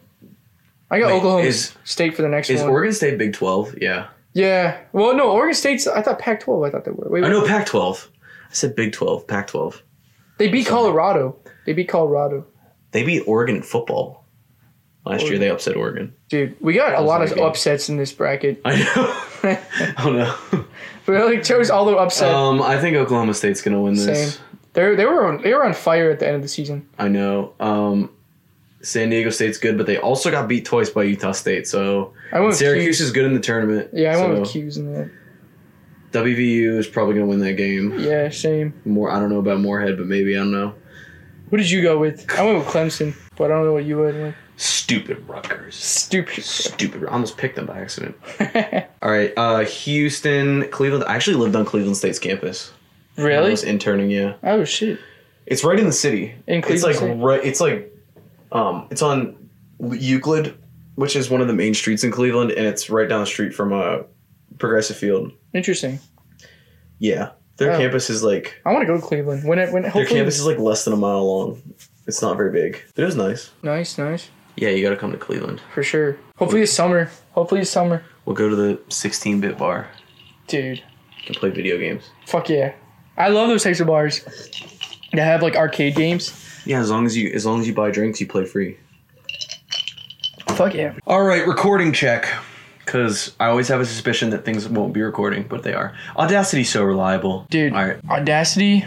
Speaker 2: I got
Speaker 1: Wait,
Speaker 2: Oklahoma
Speaker 1: is-
Speaker 2: State for the next
Speaker 1: Is
Speaker 2: one.
Speaker 1: Oregon State Big Twelve? Yeah.
Speaker 2: yeah. Well, no, Oregon State's. I thought Pac-12. I thought they were. Wait,
Speaker 1: I
Speaker 2: wait.
Speaker 1: know Pac twelve. I said Big Twelve. Pac twelve.
Speaker 2: They beat Colorado. They beat Colorado.
Speaker 1: They beat Oregon in football. Last year they upset Oregon.
Speaker 2: Dude, we got a lot
Speaker 1: not
Speaker 2: of
Speaker 1: good.
Speaker 2: upsets in this bracket.
Speaker 1: I know. oh no.
Speaker 2: We like chose all the upsets.
Speaker 1: Um, I think Oklahoma State's gonna win this.
Speaker 2: Same. They they were on, they were on fire at the end of the season.
Speaker 1: I know. Um, San Diego State's good, but they also got beat twice by Utah State. So
Speaker 2: I went with
Speaker 1: Syracuse
Speaker 2: Q's.
Speaker 1: is good in the tournament.
Speaker 2: Oh, Yeah, I
Speaker 1: so
Speaker 2: went with Q's in that.
Speaker 1: WVU is probably gonna win that game.
Speaker 2: Yeah, same.
Speaker 1: More, I don't know about Moorhead, but maybe I don't know.
Speaker 2: Who did you go with? I went with Clemson, but I don't know what you went with.
Speaker 1: Stupid Rutgers.
Speaker 2: Stupid.
Speaker 1: Stupid. I almost picked them by accident. All right, uh, Houston, Cleveland. I actually lived on Cleveland State's campus. When I
Speaker 2: really?
Speaker 1: was interning. Yeah,
Speaker 2: Oh shit.
Speaker 1: it's right in the city.
Speaker 2: In
Speaker 1: it's
Speaker 2: Cleveland.
Speaker 1: like
Speaker 2: State?
Speaker 1: right. It's like, um, it's on Euclid, which is one of the main streets in Cleveland, and it's right down the street from uh, Progressive Field.
Speaker 2: Interesting.
Speaker 1: Yeah, their
Speaker 2: Oh.
Speaker 1: campus is like
Speaker 2: I want to go to Cleveland. When it when
Speaker 1: their
Speaker 2: hopefully
Speaker 1: campus is like less than a mile long. It's not very big, but it was nice.
Speaker 2: nice, nice
Speaker 1: Yeah, you got to come to Cleveland.
Speaker 2: for sure. Hopefully it's summer. Hopefully it's summer,
Speaker 1: We'll go to the 16-bit bar.
Speaker 2: dude.
Speaker 1: You can play video games.
Speaker 2: Fuck yeah. I love those types of bars that have like arcade games.
Speaker 1: Yeah, as long as you as long as you buy drinks, you play free.
Speaker 2: Fuck yeah.
Speaker 1: All right, recording check. Because I always have a suspicion that things won't be recording, but they are. Audacity's so reliable.
Speaker 2: Dude,
Speaker 1: All right,
Speaker 2: Audacity,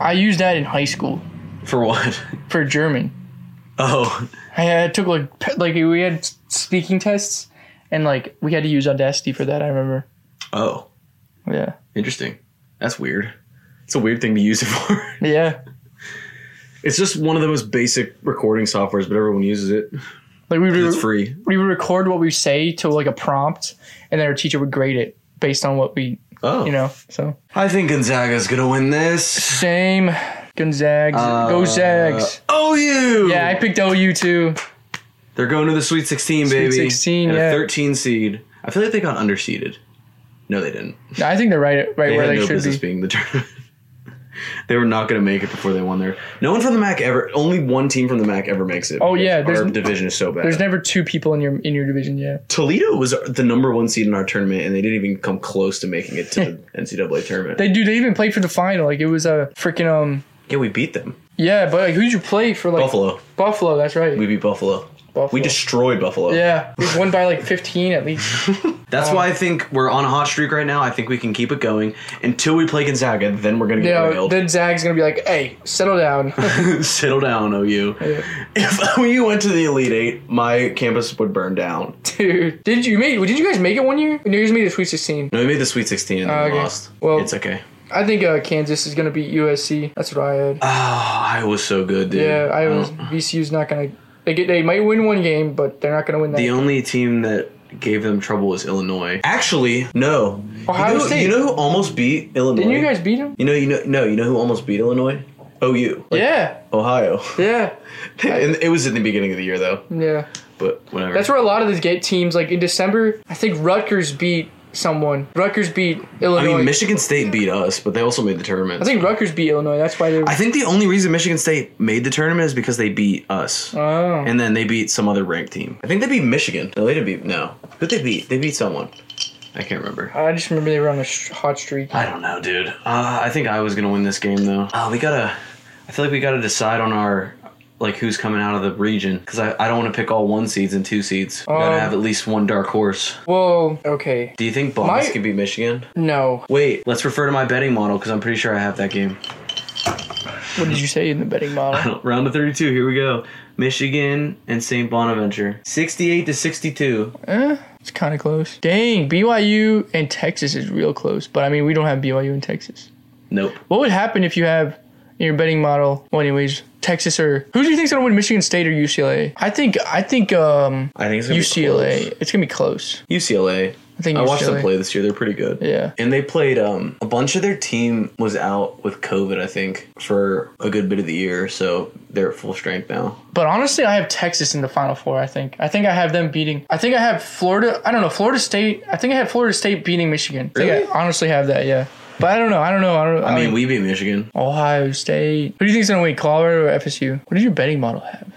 Speaker 2: I used that in high school
Speaker 1: for what?
Speaker 2: for German.
Speaker 1: Oh,
Speaker 2: I had- took like pe- like we had s- speaking tests and like we had to use Audacity for that, I remember.
Speaker 1: oh,
Speaker 2: Yeah.
Speaker 1: interesting. That's weird. It's a weird thing to use it for.
Speaker 2: Yeah.
Speaker 1: It's just one of the most basic recording softwares, but everyone uses it.
Speaker 2: Like we would,
Speaker 1: It's free.
Speaker 2: we would record what we say to like a prompt and then our teacher would grade it based on what we,
Speaker 1: Oh,
Speaker 2: you know. So
Speaker 1: I think Gonzaga's gonna win this.
Speaker 2: same Gonzags.
Speaker 1: Uh,
Speaker 2: Go Zags.
Speaker 1: Oh, you.
Speaker 2: Yeah, I picked OU too.
Speaker 1: They're going to the Sweet 16, baby.
Speaker 2: 16,
Speaker 1: and
Speaker 2: yeah.
Speaker 1: a 13 seed. I feel like they got underseeded. No, they didn't.
Speaker 2: I think they're right right
Speaker 1: They
Speaker 2: where
Speaker 1: had
Speaker 2: they
Speaker 1: no
Speaker 2: should
Speaker 1: business
Speaker 2: be.
Speaker 1: being the tournament. they were not going to make it before they won their. No one from the MAC ever. Only one team from the MAC ever makes it.
Speaker 2: Oh,
Speaker 1: because
Speaker 2: yeah, there's-
Speaker 1: our division is so bad.
Speaker 2: There's never two people in your in your division yet.
Speaker 1: Toledo was the number one seed in our tournament, and they didn't even come close to making it to the NCAA tournament.
Speaker 2: They do. They even played for the final. Like it was a freaking um.
Speaker 1: yeah, we beat them.
Speaker 2: Yeah, but like, who'd you play for? Like
Speaker 1: Buffalo.
Speaker 2: Buffalo, that's right.
Speaker 1: We beat Buffalo.
Speaker 2: Buffalo.
Speaker 1: We destroyed Buffalo.
Speaker 2: Yeah, we won by like 15 at least.
Speaker 1: That's why I think we're on a hot streak right now. I think we can keep it going until we play Gonzaga. Then we're gonna get
Speaker 2: Yeah,
Speaker 1: railed.
Speaker 2: then Zag's gonna be like, "Hey, settle down."
Speaker 1: Settle down, OU. If OU went to the Elite Eight, my campus would burn down.
Speaker 2: Dude, did you make? Did you guys make it one year? No, you guys made the Sweet 16.
Speaker 1: No, we made the Sweet 16 and then
Speaker 2: Oh,
Speaker 1: we
Speaker 2: okay.
Speaker 1: lost.
Speaker 2: Well-
Speaker 1: it's okay.
Speaker 2: I think uh, Kansas is gonna beat USC. That's what I had.
Speaker 1: Oh, I was so good, dude.
Speaker 2: yeah, I was.
Speaker 1: don't-
Speaker 2: VCU's not gonna. They get. They might win one game, but they're not gonna win that.
Speaker 1: The only team that gave them trouble was Illinois. Actually, no.
Speaker 2: Ohio
Speaker 1: you know,
Speaker 2: State.
Speaker 1: You know who almost beat Illinois?
Speaker 2: Didn't you guys beat them?
Speaker 1: You know, you know, no. You know who almost beat Illinois? OU, like
Speaker 2: yeah,
Speaker 1: Ohio.
Speaker 2: yeah,
Speaker 1: and it was in the beginning of the year, though.
Speaker 2: yeah.
Speaker 1: But whatever.
Speaker 2: That's where a lot of these get teams. Like in December, I think Rutgers beat someone. Rutgers beat
Speaker 1: I
Speaker 2: Illinois. I,
Speaker 1: mean, Michigan State beat us, but they also made the tournament. I think,
Speaker 2: think Rutgers beat Illinois. That's why they. Were,
Speaker 1: the only reason Michigan State made the tournament is because they beat us.
Speaker 2: oh,
Speaker 1: And then they beat some other ranked team. I think they beat Michigan. No, they didn't beat. No, who they beat? They beat someone. I can't remember.
Speaker 2: I just remember they were on a sh- hot streak.
Speaker 1: I don't know, dude. Uh, I think I was gonna win this game though. Uh, we gotta. I feel like we gotta decide on our like who's coming out of the region because I, I don't want to pick all one seeds and two seeds. We gotta
Speaker 2: Um,
Speaker 1: have at least one dark horse.
Speaker 2: Whoa. Okay.
Speaker 1: Do you think Bombs
Speaker 2: my-
Speaker 1: can beat Michigan?
Speaker 2: No.
Speaker 1: Wait, let's refer to my betting model because I'm pretty sure I have that game.
Speaker 2: What did you say in the betting model?
Speaker 1: Round of 32. Here we go. Michigan and St. Bonaventure. 68 to 62.
Speaker 2: Eh, it's kind of close. Dang, BYU and Texas is real close, but I mean we don't have BYU in Texas.
Speaker 1: Nope.
Speaker 2: What would happen if you have in your betting model? Well, anyways, Texas or who do you think's gonna win? Michigan State or UCLA? I think I think um
Speaker 1: I think it's gonna be
Speaker 2: UCLA. It's gonna be close.
Speaker 1: close. UCLA.
Speaker 2: I think
Speaker 1: I watched them
Speaker 2: UCLA.
Speaker 1: play this year. They're pretty good.
Speaker 2: Yeah.
Speaker 1: And they played um a bunch of their team was out with COVID, I think, for a good bit of the year, so they're at full strength now.
Speaker 2: But honestly, I have Texas in the Final Four. I think. I think I have them beating. I think I have Florida. I don't know Florida State. I think I have Florida State beating Michigan. I think
Speaker 1: Really?
Speaker 2: I honestly have that. Yeah. But I don't know. I don't know. I don't.
Speaker 1: I mean, we beat Michigan.
Speaker 2: Ohio State. Who do you think's gonna win, Colorado or FSU? What does your betting model have?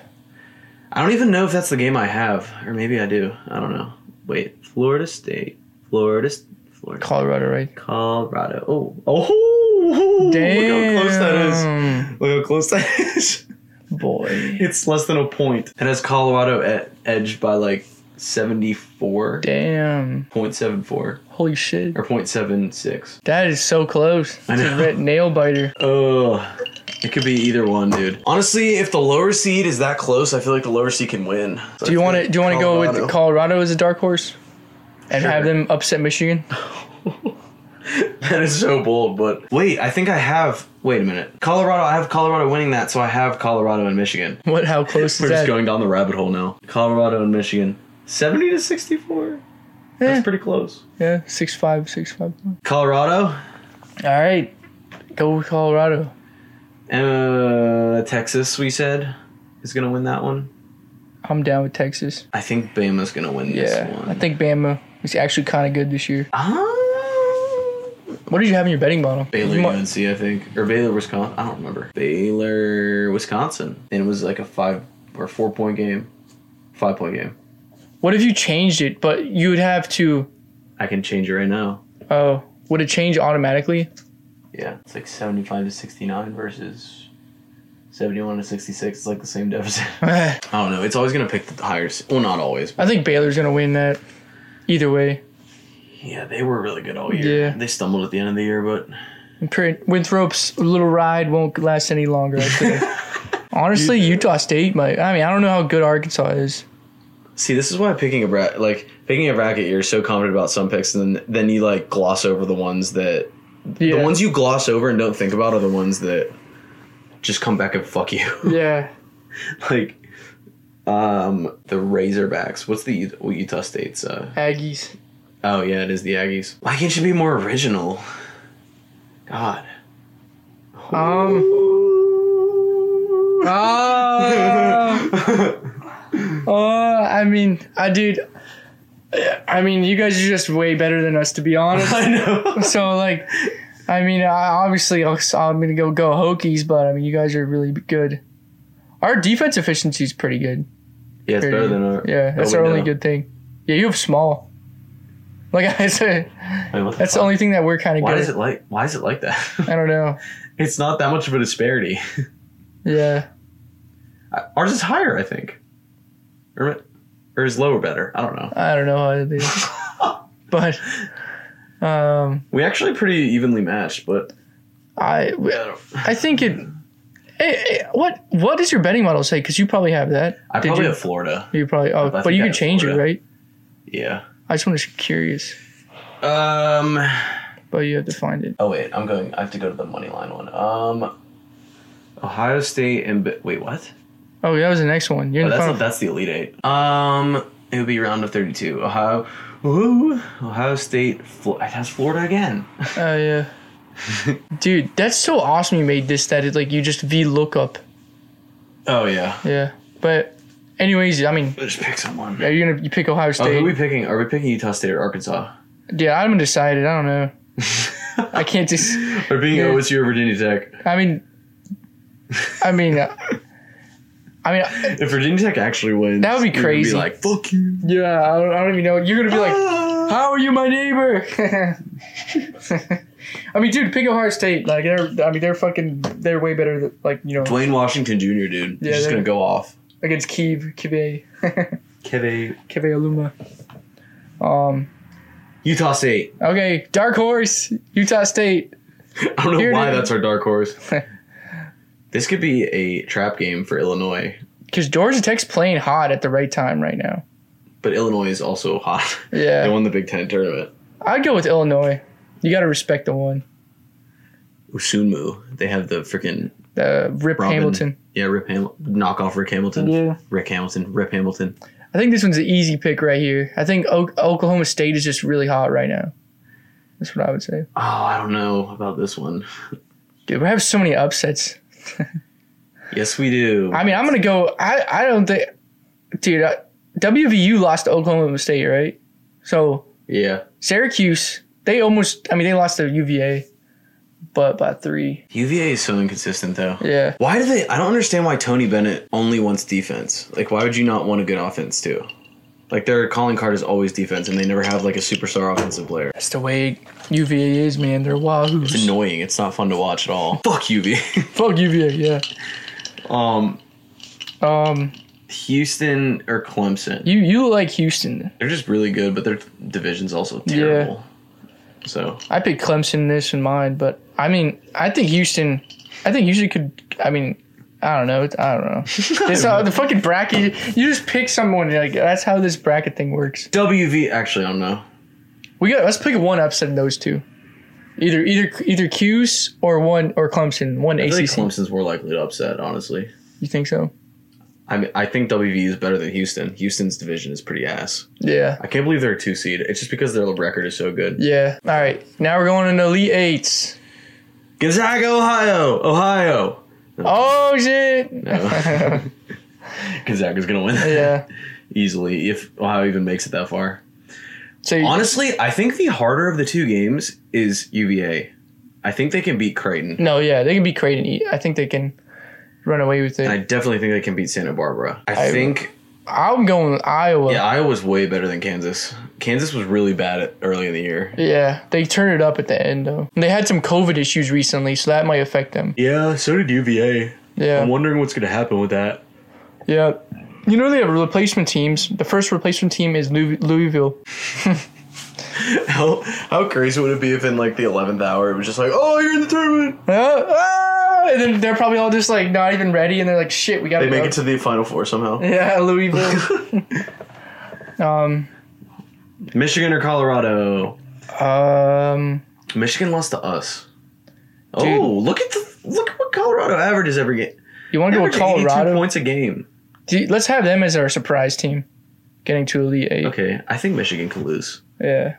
Speaker 1: I don't even know if that's the game I have, or maybe I do. I don't know. Wait, Florida State, Florida, S- Florida,
Speaker 2: Colorado, right?
Speaker 1: Colorado. Oh, oh, look how close that is.
Speaker 2: Damn,
Speaker 1: Look how close that is.
Speaker 2: boy.
Speaker 1: It's less than a point. It has Colorado e- edged by like
Speaker 3: 74.74
Speaker 2: Damn.
Speaker 3: or
Speaker 2: Holy shit.
Speaker 3: 0.76.
Speaker 2: That is so close.
Speaker 1: I
Speaker 2: It's a
Speaker 1: know.
Speaker 2: red nail biter.
Speaker 1: Oh, it could be either one, dude. Honestly, if the lower seed is that close, I feel like the lower seed can win. So
Speaker 2: Do
Speaker 1: I
Speaker 2: you want to
Speaker 1: think
Speaker 2: do you want to go with
Speaker 1: Colorado-
Speaker 2: Colorado as a dark horse and
Speaker 1: Sure.
Speaker 2: have them upset Michigan?
Speaker 1: That is so bold, but wait, I think I have. Wait a minute, Colorado. I have Colorado winning that, so I have Colorado and Michigan.
Speaker 2: What? How close
Speaker 1: We're
Speaker 2: is that?
Speaker 1: just going down the rabbit hole now. Colorado and Michigan, seventy to sixty-four.
Speaker 2: Eh.
Speaker 1: That's pretty close.
Speaker 2: Yeah, six five, six five.
Speaker 1: Colorado,
Speaker 2: All right, go with Colorado.
Speaker 1: uh, Texas. We said is gonna win that one.
Speaker 2: I'm down with Texas.
Speaker 1: I think Bama's gonna win this
Speaker 2: Yeah,
Speaker 1: one.
Speaker 2: I think Bama is actually kind of good this year.
Speaker 1: Ah.
Speaker 2: What did you have in your betting model?
Speaker 1: Baylor
Speaker 2: You mu-
Speaker 1: UNC, I think, or Baylor Wisconsin. I don't remember. Baylor Wisconsin, and it was like a five or four point game, five point game.
Speaker 2: What if you changed it, but you would have to?
Speaker 1: I can change it right now.
Speaker 2: Oh, would it change automatically?
Speaker 1: Yeah, it's like seventy five to sixty nine versus seventy one to sixty six. It's like the same deficit.
Speaker 2: I
Speaker 1: I don't know. It's always gonna pick the higher. se- Well, not always. But
Speaker 2: think Baylor's gonna win that. Either way,
Speaker 1: yeah, they were really good all year.
Speaker 2: Yeah.
Speaker 1: They stumbled at the end of the year, but
Speaker 2: I'm pretty- Winthrop's little ride won't last any longer. I think. Honestly, Utah State might. I mean, I don't know how good Arkansas is.
Speaker 1: See, this is why picking a bracket, like picking a bracket, you're so confident about some picks, and then then you like gloss over the ones that
Speaker 2: Yeah.
Speaker 1: the ones you gloss over and don't think about are the ones that just come back and fuck you.
Speaker 2: Yeah.
Speaker 1: like, um, the Razorbacks. What's the Ut- well, Utah State's? Uh,
Speaker 2: Aggies.
Speaker 1: oh yeah, it is the Aggies. Why can't you be more original? God.
Speaker 2: Um.
Speaker 1: Ah!
Speaker 2: Uh, uh, I mean, I did. I mean, you guys are just way better than us, to be honest.
Speaker 1: I know.
Speaker 2: so like, I mean, I obviously I'll- I'm gonna go go Hokies, but I mean, you guys are really good. Our defense efficiency is pretty good.
Speaker 1: Yeah, it's better than our.
Speaker 2: Yeah, that's
Speaker 1: oh,
Speaker 2: our
Speaker 1: we
Speaker 2: only
Speaker 1: know.
Speaker 2: good thing. Yeah, you have small. Like I said,
Speaker 1: Wait, what the
Speaker 2: that's the
Speaker 1: fuck?
Speaker 2: only thing that we're kind of
Speaker 1: Why
Speaker 2: good.
Speaker 1: is
Speaker 2: at.
Speaker 1: it like? Why is it like that?
Speaker 2: I don't know.
Speaker 1: it's not that much of a disparity.
Speaker 2: Yeah,
Speaker 1: Ours is higher, I think. Or, or is lower better? I don't know.
Speaker 2: I don't know how it is, but um.
Speaker 1: We actually pretty evenly matched, but
Speaker 2: I I think it. eh, eh, what what does your betting model say? Because you probably have that.
Speaker 1: I
Speaker 2: Did
Speaker 1: probably
Speaker 2: you?
Speaker 1: have Florida.
Speaker 2: you probably oh,
Speaker 1: I think
Speaker 2: but you
Speaker 1: I
Speaker 2: could
Speaker 1: have
Speaker 2: change it,
Speaker 1: Florida.
Speaker 2: right?
Speaker 1: Yeah.
Speaker 2: I just was curious,
Speaker 1: Um.
Speaker 2: but you have to find it.
Speaker 1: Oh wait, I'm going. I have to go to the money line one. Um. Ohio State and Bi- wait, what?
Speaker 2: Oh, that was the next one. You're
Speaker 1: Oh,
Speaker 2: in the
Speaker 1: that's
Speaker 2: final.
Speaker 1: not, that's the elite eight. Um, it would be round of thirty-two. Ohio, woo, Ohio State. Flo- it has Florida again.
Speaker 2: Oh yeah, dude, that's so awesome. You made this that it like you just v lookup.
Speaker 1: Oh yeah.
Speaker 2: Yeah, but anyways, I mean,
Speaker 1: Let's pick someone.
Speaker 2: are you gonna you pick Ohio
Speaker 1: Oh, who
Speaker 2: State?
Speaker 1: are we picking? Are we picking Utah State or Arkansas?
Speaker 2: yeah, I'm undecided. I don't know. I can't just.
Speaker 1: Or being
Speaker 2: Yeah.
Speaker 1: OSU or Virginia Tech?
Speaker 2: I mean, I mean, uh, I mean,
Speaker 1: If Virginia Tech actually wins,
Speaker 2: That would be
Speaker 1: we
Speaker 2: crazy.
Speaker 1: Be like, fuck you.
Speaker 2: yeah, I don't, I don't even know. You're gonna be like.
Speaker 1: Ah.
Speaker 2: How are you my neighbor? I mean, dude, pick Ohio State. Like, they're, I mean, they're fucking, they're way better. Than, like, you know,
Speaker 1: Dwayne Washington Jr., dude.
Speaker 2: Yeah,
Speaker 1: He's just
Speaker 2: they-
Speaker 1: gonna go off.
Speaker 2: against Kiev, Kibe,
Speaker 1: Kevin.
Speaker 2: Kibe Aluma. Um.
Speaker 1: Utah State.
Speaker 2: Okay, dark horse, Utah State.
Speaker 1: I don't know
Speaker 2: Here it
Speaker 1: why
Speaker 2: is.
Speaker 1: that's our dark horse. this could be a trap game for Illinois,
Speaker 2: Because Georgia Tech's playing hot at the right time right now.
Speaker 1: but Illinois is also hot. they
Speaker 2: Yeah,
Speaker 1: won the Big Ten tournament.
Speaker 2: I'd go with Illinois. You got to respect the one,
Speaker 1: Usunmu. They have the freaking
Speaker 2: uh, Rip
Speaker 1: Robin.
Speaker 2: Hamilton.
Speaker 1: yeah Rip Hamilton knockoff Rick Hamilton.
Speaker 2: Yeah.
Speaker 1: Rick Hamilton. Rip Hamilton.
Speaker 2: I think this one's an easy pick right here. I think o- Oklahoma State is just really hot right now. That's what I would say.
Speaker 1: Oh, I don't know about this one.
Speaker 2: Dude, we have so many upsets.
Speaker 1: Yes, we do.
Speaker 2: I mean, I'm gonna go. I I don't think, dude. Uh, WVU lost to Oklahoma State, right? So
Speaker 1: yeah.
Speaker 2: Syracuse, they almost. I mean, they lost to UVA, but by three.
Speaker 1: UVA is so inconsistent though.
Speaker 2: Yeah,
Speaker 1: Why do they? I don't understand why Tony Bennett only wants defense. Like, why would you not want a good offense too? Like their calling card is always defense, and they never have like a superstar offensive player.
Speaker 2: that's the way UVA is, man. They're wahoos.
Speaker 1: It's annoying. It's not fun to watch at all. Fuck UV.
Speaker 2: Fuck UVA, yeah.
Speaker 1: um,
Speaker 2: Um,
Speaker 1: Houston or Clemson.
Speaker 2: You you look like Houston.
Speaker 1: They're just really good, but their division's also terrible. So
Speaker 2: I picked Clemson this in mine, but I mean, I think Houston. I think Houston could. I mean, I don't know. It's- I don't know. It's how the fucking bracket. You just pick someone. Like that's how this bracket thing works.
Speaker 1: WV actually I don't know.
Speaker 2: We got. Let's pick one upset in those two. Either either either Cuse or one or Clemson. One
Speaker 1: I
Speaker 2: ACC.
Speaker 1: think Clemson's more likely to upset, honestly.
Speaker 2: You think so?
Speaker 1: I mean, I think WV is better than Houston. Houston's division is pretty ass.
Speaker 2: Yeah.
Speaker 1: I can't believe they're a two seed. It's just because their record is so good.
Speaker 2: Yeah. All right. Now we're going into Elite Eights.
Speaker 1: Gonzaga, Ohio, Ohio.
Speaker 2: Oh shit.
Speaker 1: No. Gonzaga's gonna win
Speaker 2: yeah.
Speaker 1: easily if Ohio even makes it that far.
Speaker 2: So
Speaker 1: Honestly, I think the harder of the two games is UVA. I think they can beat Creighton.
Speaker 2: no, yeah, they can be Creighton. E, I think they can run away with it.
Speaker 1: And I definitely think they can beat Santa Barbara. I,
Speaker 2: I-
Speaker 1: think
Speaker 2: I'm going with Iowa.
Speaker 1: yeah,
Speaker 2: Yeah.
Speaker 1: Iowa's way better than Kansas. Kansas was really bad at, early in the year.
Speaker 2: they turned it up at the end though. They had some COVID issues recently, so that might affect them.
Speaker 1: Yeah, so did UVA.
Speaker 2: Yeah,
Speaker 1: wondering what's gonna happen with that.
Speaker 2: yeah. You know they have replacement teams. The first replacement team is Louis- Louisville.
Speaker 1: How how crazy would it be if in like the eleventh hour it was just like, oh, you're in the tournament.
Speaker 2: Ah, ah, and then they're probably all just like not even ready, and they're like, "Shit, we gotta
Speaker 1: They make
Speaker 2: go."
Speaker 1: it to the final four somehow.
Speaker 2: yeah, Louisville. um,
Speaker 1: Michigan or Colorado?
Speaker 2: um,
Speaker 1: Michigan lost to us.
Speaker 2: Dude.
Speaker 1: Oh, look at the look at what Colorado averages every game.
Speaker 2: you want to go with
Speaker 1: Average 82
Speaker 2: Colorado?
Speaker 1: points a game.
Speaker 2: Do- let's have them as our surprise team, getting to Elite Eight.
Speaker 1: Okay, I think Michigan can lose.
Speaker 2: Yeah,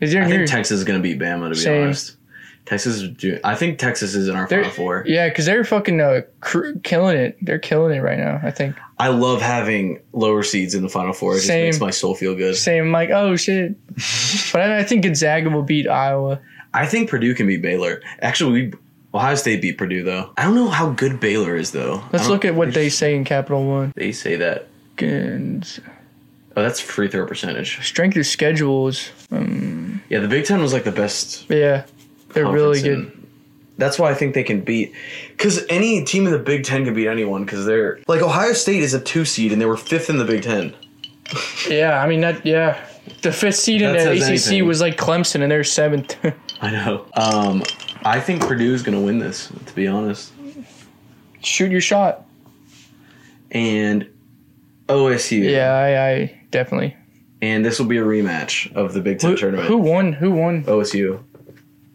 Speaker 2: is there
Speaker 1: I
Speaker 2: your
Speaker 1: think Texas is going to beat Bama. To be
Speaker 2: Same.
Speaker 1: honest, Texas. is do- I think Texas is in our
Speaker 2: They're-
Speaker 1: final four.
Speaker 2: Yeah, because they're fucking uh, cr- killing it. They're killing it right now. I think.
Speaker 1: I love having lower seeds in the final four. It just
Speaker 2: Same.
Speaker 1: makes my soul feel good.
Speaker 2: Same. I'm like, oh shit. but I, I think Gonzaga will beat Iowa.
Speaker 1: I think Purdue can beat Baylor. Actually, we Ohio State beat Purdue though. I don't know how good Baylor is though. I
Speaker 2: Let's
Speaker 1: don't-
Speaker 2: look at what they say in Capital One.
Speaker 1: They say that.
Speaker 2: Gins.
Speaker 1: Oh, that's free throw percentage.
Speaker 2: Strength of schedules. Um,
Speaker 1: Yeah, the Big Ten was like the best
Speaker 2: yeah, they're really
Speaker 1: conference
Speaker 2: good.
Speaker 1: in- That's why I think they can beat, because any team in the Big Ten can beat anyone. Because they're like Ohio State is a two seed and they were fifth in the Big Ten.
Speaker 2: Yeah, I mean that. Yeah, the fifth seed in
Speaker 1: That
Speaker 2: the
Speaker 1: says
Speaker 2: ACC
Speaker 1: anything.
Speaker 2: was like Clemson, and they're seventh.
Speaker 1: I know. Um, I think Purdue's gonna win this, to be honest.
Speaker 2: Shoot your shot.
Speaker 1: And OSU.
Speaker 2: Yeah, I, I definitely.
Speaker 1: And this will be a rematch of the Big Ten
Speaker 2: Who,
Speaker 1: tournament.
Speaker 2: who won? Who won?
Speaker 1: OSU.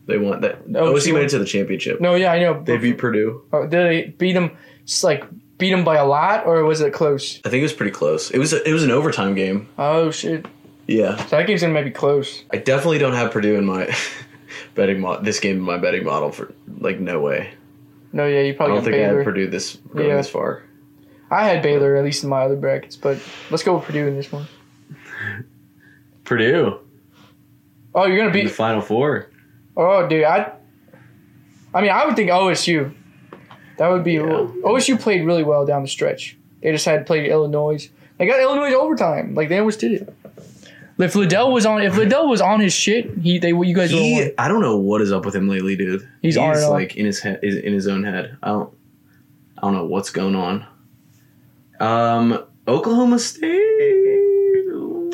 Speaker 1: They won that.
Speaker 2: OSU
Speaker 1: OSU made it to the championship.
Speaker 2: Oh, No, yeah, I know.
Speaker 1: They beat Purdue.
Speaker 2: Oh, did they beat him? Just like beat him by a lot, or was it close?
Speaker 1: I think it was pretty close. It was a, it was an overtime game.
Speaker 2: Oh shit!
Speaker 1: Yeah.
Speaker 2: So that game's gonna maybe close.
Speaker 1: I definitely don't have Purdue in my betting mo- this game in my betting model for like no way.
Speaker 2: No, yeah, you
Speaker 1: I
Speaker 2: probably
Speaker 1: don't
Speaker 2: got
Speaker 1: think I
Speaker 2: Baylor.
Speaker 1: had Purdue this going
Speaker 2: Yeah.
Speaker 1: this far.
Speaker 2: I had Baylor at least in my other brackets, but let's go with Purdue in this one.
Speaker 1: Purdue
Speaker 2: Oh, you're gonna
Speaker 1: in the
Speaker 2: beat.
Speaker 1: final four.
Speaker 2: Oh, dude, I. I mean, I would think OSU. That would be OSU played really well down the stretch. They just had played Illinois. They got Illinois overtime. Like they almost did it. If Liddell was on, if Liddell was on his shit, he they you guys would have won.
Speaker 1: He, I don't know what is up with him lately, dude.
Speaker 2: He's on and off.
Speaker 1: like in his head, is in his own head. I don't, I don't know what's going on. Um, Oklahoma State.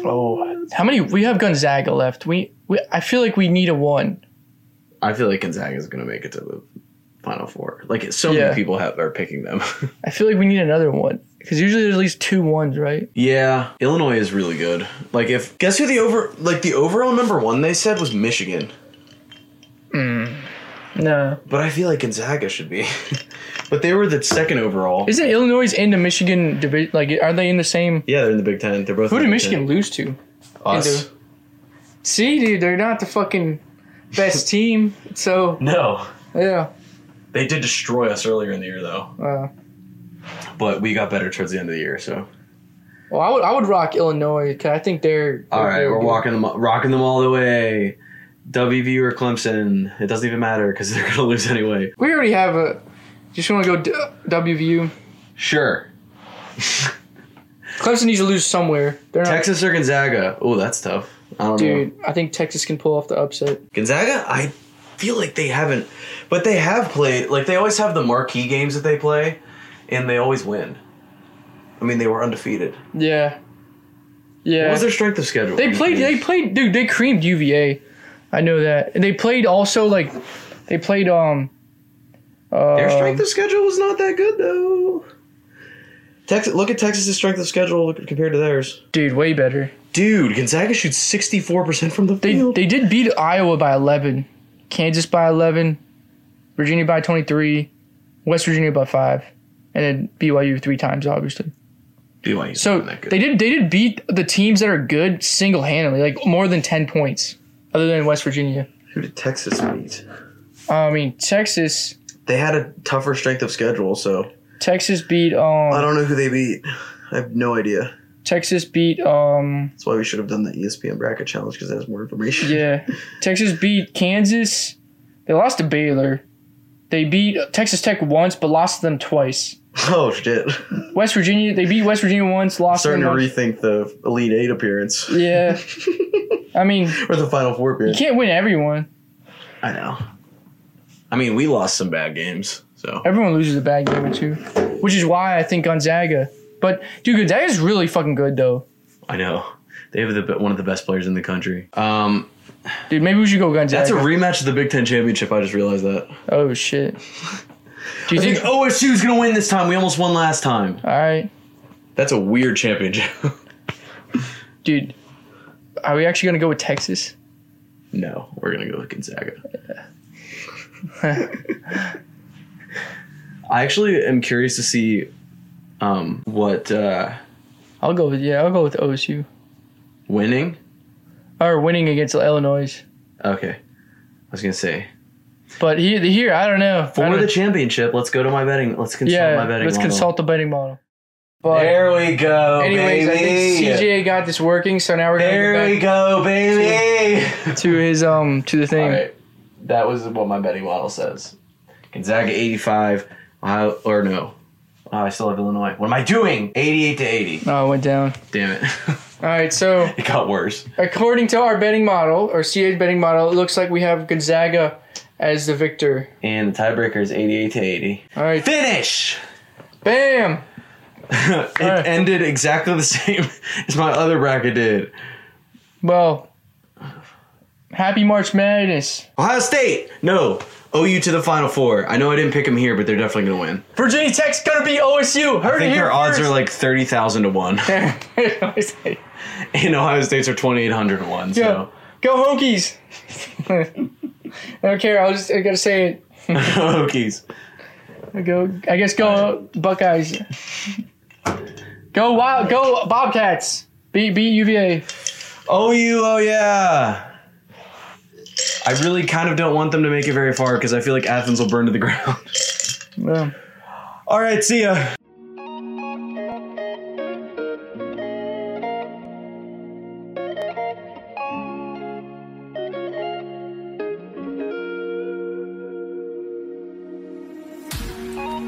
Speaker 2: Oh, how many we have Gonzaga left? We, we I feel like we need a one.
Speaker 1: I feel like Gonzaga is going to make it to the final four. Like so
Speaker 2: Yeah.
Speaker 1: many people have are picking them.
Speaker 2: I feel like we need another one because usually there's at least two ones, right?
Speaker 1: yeah, Illinois is really good. Like if guess who the over like the overall number one they said was Michigan,
Speaker 2: No,
Speaker 1: but I feel like Gonzaga should be. but they were the second overall.
Speaker 2: isn't Illinois in the Michigan division? Like, are they in the same?
Speaker 1: yeah, they're in the Big Ten. They're both.
Speaker 2: Who
Speaker 1: in
Speaker 2: did
Speaker 1: the
Speaker 2: Michigan lose to?
Speaker 1: Big Ten. Us.
Speaker 2: See, dude, they're not the fucking best team. So
Speaker 1: No.
Speaker 2: yeah,
Speaker 1: They did destroy us earlier in the year, though.
Speaker 2: uh,
Speaker 1: But we got better towards the end of the year, so.
Speaker 2: well, I would I would rock Illinois because I think they're.
Speaker 1: All right,
Speaker 2: they're
Speaker 1: we're
Speaker 2: good.
Speaker 1: walking them, rocking them all the way. WVU or Clemson, it doesn't even matter because they're gonna lose anyway.
Speaker 2: We already have a. Just want to go d- WVU.
Speaker 1: Sure.
Speaker 2: Clemson needs to lose somewhere. They're not.
Speaker 1: Texas or Gonzaga? Oh, that's tough. I don't know.
Speaker 2: Dude, I think Texas can pull off the upset.
Speaker 1: Gonzaga, I feel like they haven't, but they have played. Like they always have the marquee games that they play, and they always win. I mean, they were undefeated.
Speaker 2: Yeah. Yeah.
Speaker 1: What was their strength of schedule?
Speaker 2: They played. They played. Dude, they creamed UVA. I know that. And they played also like, they played um. Uh,
Speaker 1: Their strength of schedule was not that good though. Texas, look at Texas's strength of schedule compared to theirs.
Speaker 2: um, dude, way better.
Speaker 1: Dude, Gonzaga shoots sixty four percent from the
Speaker 2: They
Speaker 1: field.
Speaker 2: they did beat Iowa by eleven, Kansas by eleven, Virginia by twenty three, West Virginia by five, and then BYU three times obviously.
Speaker 1: BYU's
Speaker 2: So
Speaker 1: not that good.
Speaker 2: they did they did beat the teams that are good single handedly, like more than ten points, other than West Virginia.
Speaker 1: Who did Texas beat?
Speaker 2: I mean Texas
Speaker 1: They had a tougher strength of schedule, so
Speaker 2: Texas beat
Speaker 1: I
Speaker 2: um
Speaker 1: don't know who they beat. I have no idea.
Speaker 2: Texas beat um
Speaker 1: That's why we should have done the E ESPN bracket challenge because it has more information.
Speaker 2: yeah Texas beat Kansas. They lost to Baylor. They beat Texas Tech once, but lost to them twice.
Speaker 1: Oh shit!
Speaker 2: West Virginia, they beat West Virginia once, lost to
Speaker 1: Starting
Speaker 2: them
Speaker 1: to
Speaker 2: once.
Speaker 1: rethink the Elite Eight appearance
Speaker 2: Yeah. I mean,
Speaker 1: or the Final Four
Speaker 2: you
Speaker 1: appearance.
Speaker 2: can't win everyone.
Speaker 1: I know. I mean, we lost some bad games, so
Speaker 2: Everyone loses a bad game or two, which is why I think Gonzaga. But dude, Gonzaga's really fucking good though.
Speaker 1: I know they have the be- one of the best players in the country. Um,
Speaker 2: Dude, maybe we should go Gonzaga.
Speaker 1: that's a rematch of the Big Ten championship. I just realized that. "Oh,
Speaker 2: oh shit. Do you
Speaker 1: I oh.
Speaker 2: think?
Speaker 1: think OSU's gonna win this time. We almost won last time.
Speaker 2: All right,
Speaker 1: That's a weird championship.
Speaker 2: dude. Are we actually gonna go with Texas?
Speaker 1: no, we're gonna go with Gonzaga. I actually am curious to see um, what uh,
Speaker 2: I'll go with yeah. I'll go with OSU
Speaker 1: winning.
Speaker 2: or winning against Illinois.
Speaker 1: Okay, I was gonna say
Speaker 2: But here, here I don't know. I
Speaker 1: for
Speaker 2: don't-
Speaker 1: the championship. Let's go to my betting. Let's consult
Speaker 2: yeah,
Speaker 1: my betting.
Speaker 2: let's
Speaker 1: model.
Speaker 2: consult the betting model. But
Speaker 3: There we
Speaker 1: Oh,
Speaker 3: go,
Speaker 2: anyways, I think
Speaker 3: baby.
Speaker 2: CJ got this working, so now we're gonna
Speaker 3: there
Speaker 2: go
Speaker 3: we
Speaker 2: back
Speaker 3: go, baby.
Speaker 2: to his um to the thing.
Speaker 1: All right, that was what my betting model says. Gonzaga eighty-five. Ohio or no. Oh, I still have Illinois. What am I doing? 88 to 80.
Speaker 2: Oh, it went down.
Speaker 1: Damn it.
Speaker 2: All right, so
Speaker 1: it got worse.
Speaker 2: according to our betting model, or CA's betting model, it looks like we have Gonzaga as the victor.
Speaker 1: And the tiebreaker is 88 to 80.
Speaker 2: All right,
Speaker 1: Finish!
Speaker 2: bam!
Speaker 1: it
Speaker 2: Alright.
Speaker 1: ended exactly the same as my other bracket did.
Speaker 2: Well, happy March Madness.
Speaker 1: Ohio State! No. OU to the Final Four. I know I didn't pick them here, but they're definitely going to win.
Speaker 2: Virginia Tech's gonna be OSU. Heard
Speaker 1: I think
Speaker 2: it
Speaker 1: their
Speaker 2: here
Speaker 1: odds are
Speaker 2: first.
Speaker 1: like 30,000 to 1.
Speaker 2: are like.
Speaker 1: and Ohio State's are 2,800 to 1.
Speaker 2: Yeah.
Speaker 1: So.
Speaker 2: Go Hokies! I don't care. I was just I gotta say it.
Speaker 1: Hokies.
Speaker 2: I go. I guess go Buckeyes. Go Wild. Go Bobcats. Beat beat UVA.
Speaker 1: OU, oh yeah. I really kind of don't want them to make it very far because I feel like Athens will burn to the ground.
Speaker 2: Yeah.
Speaker 1: All right, see ya.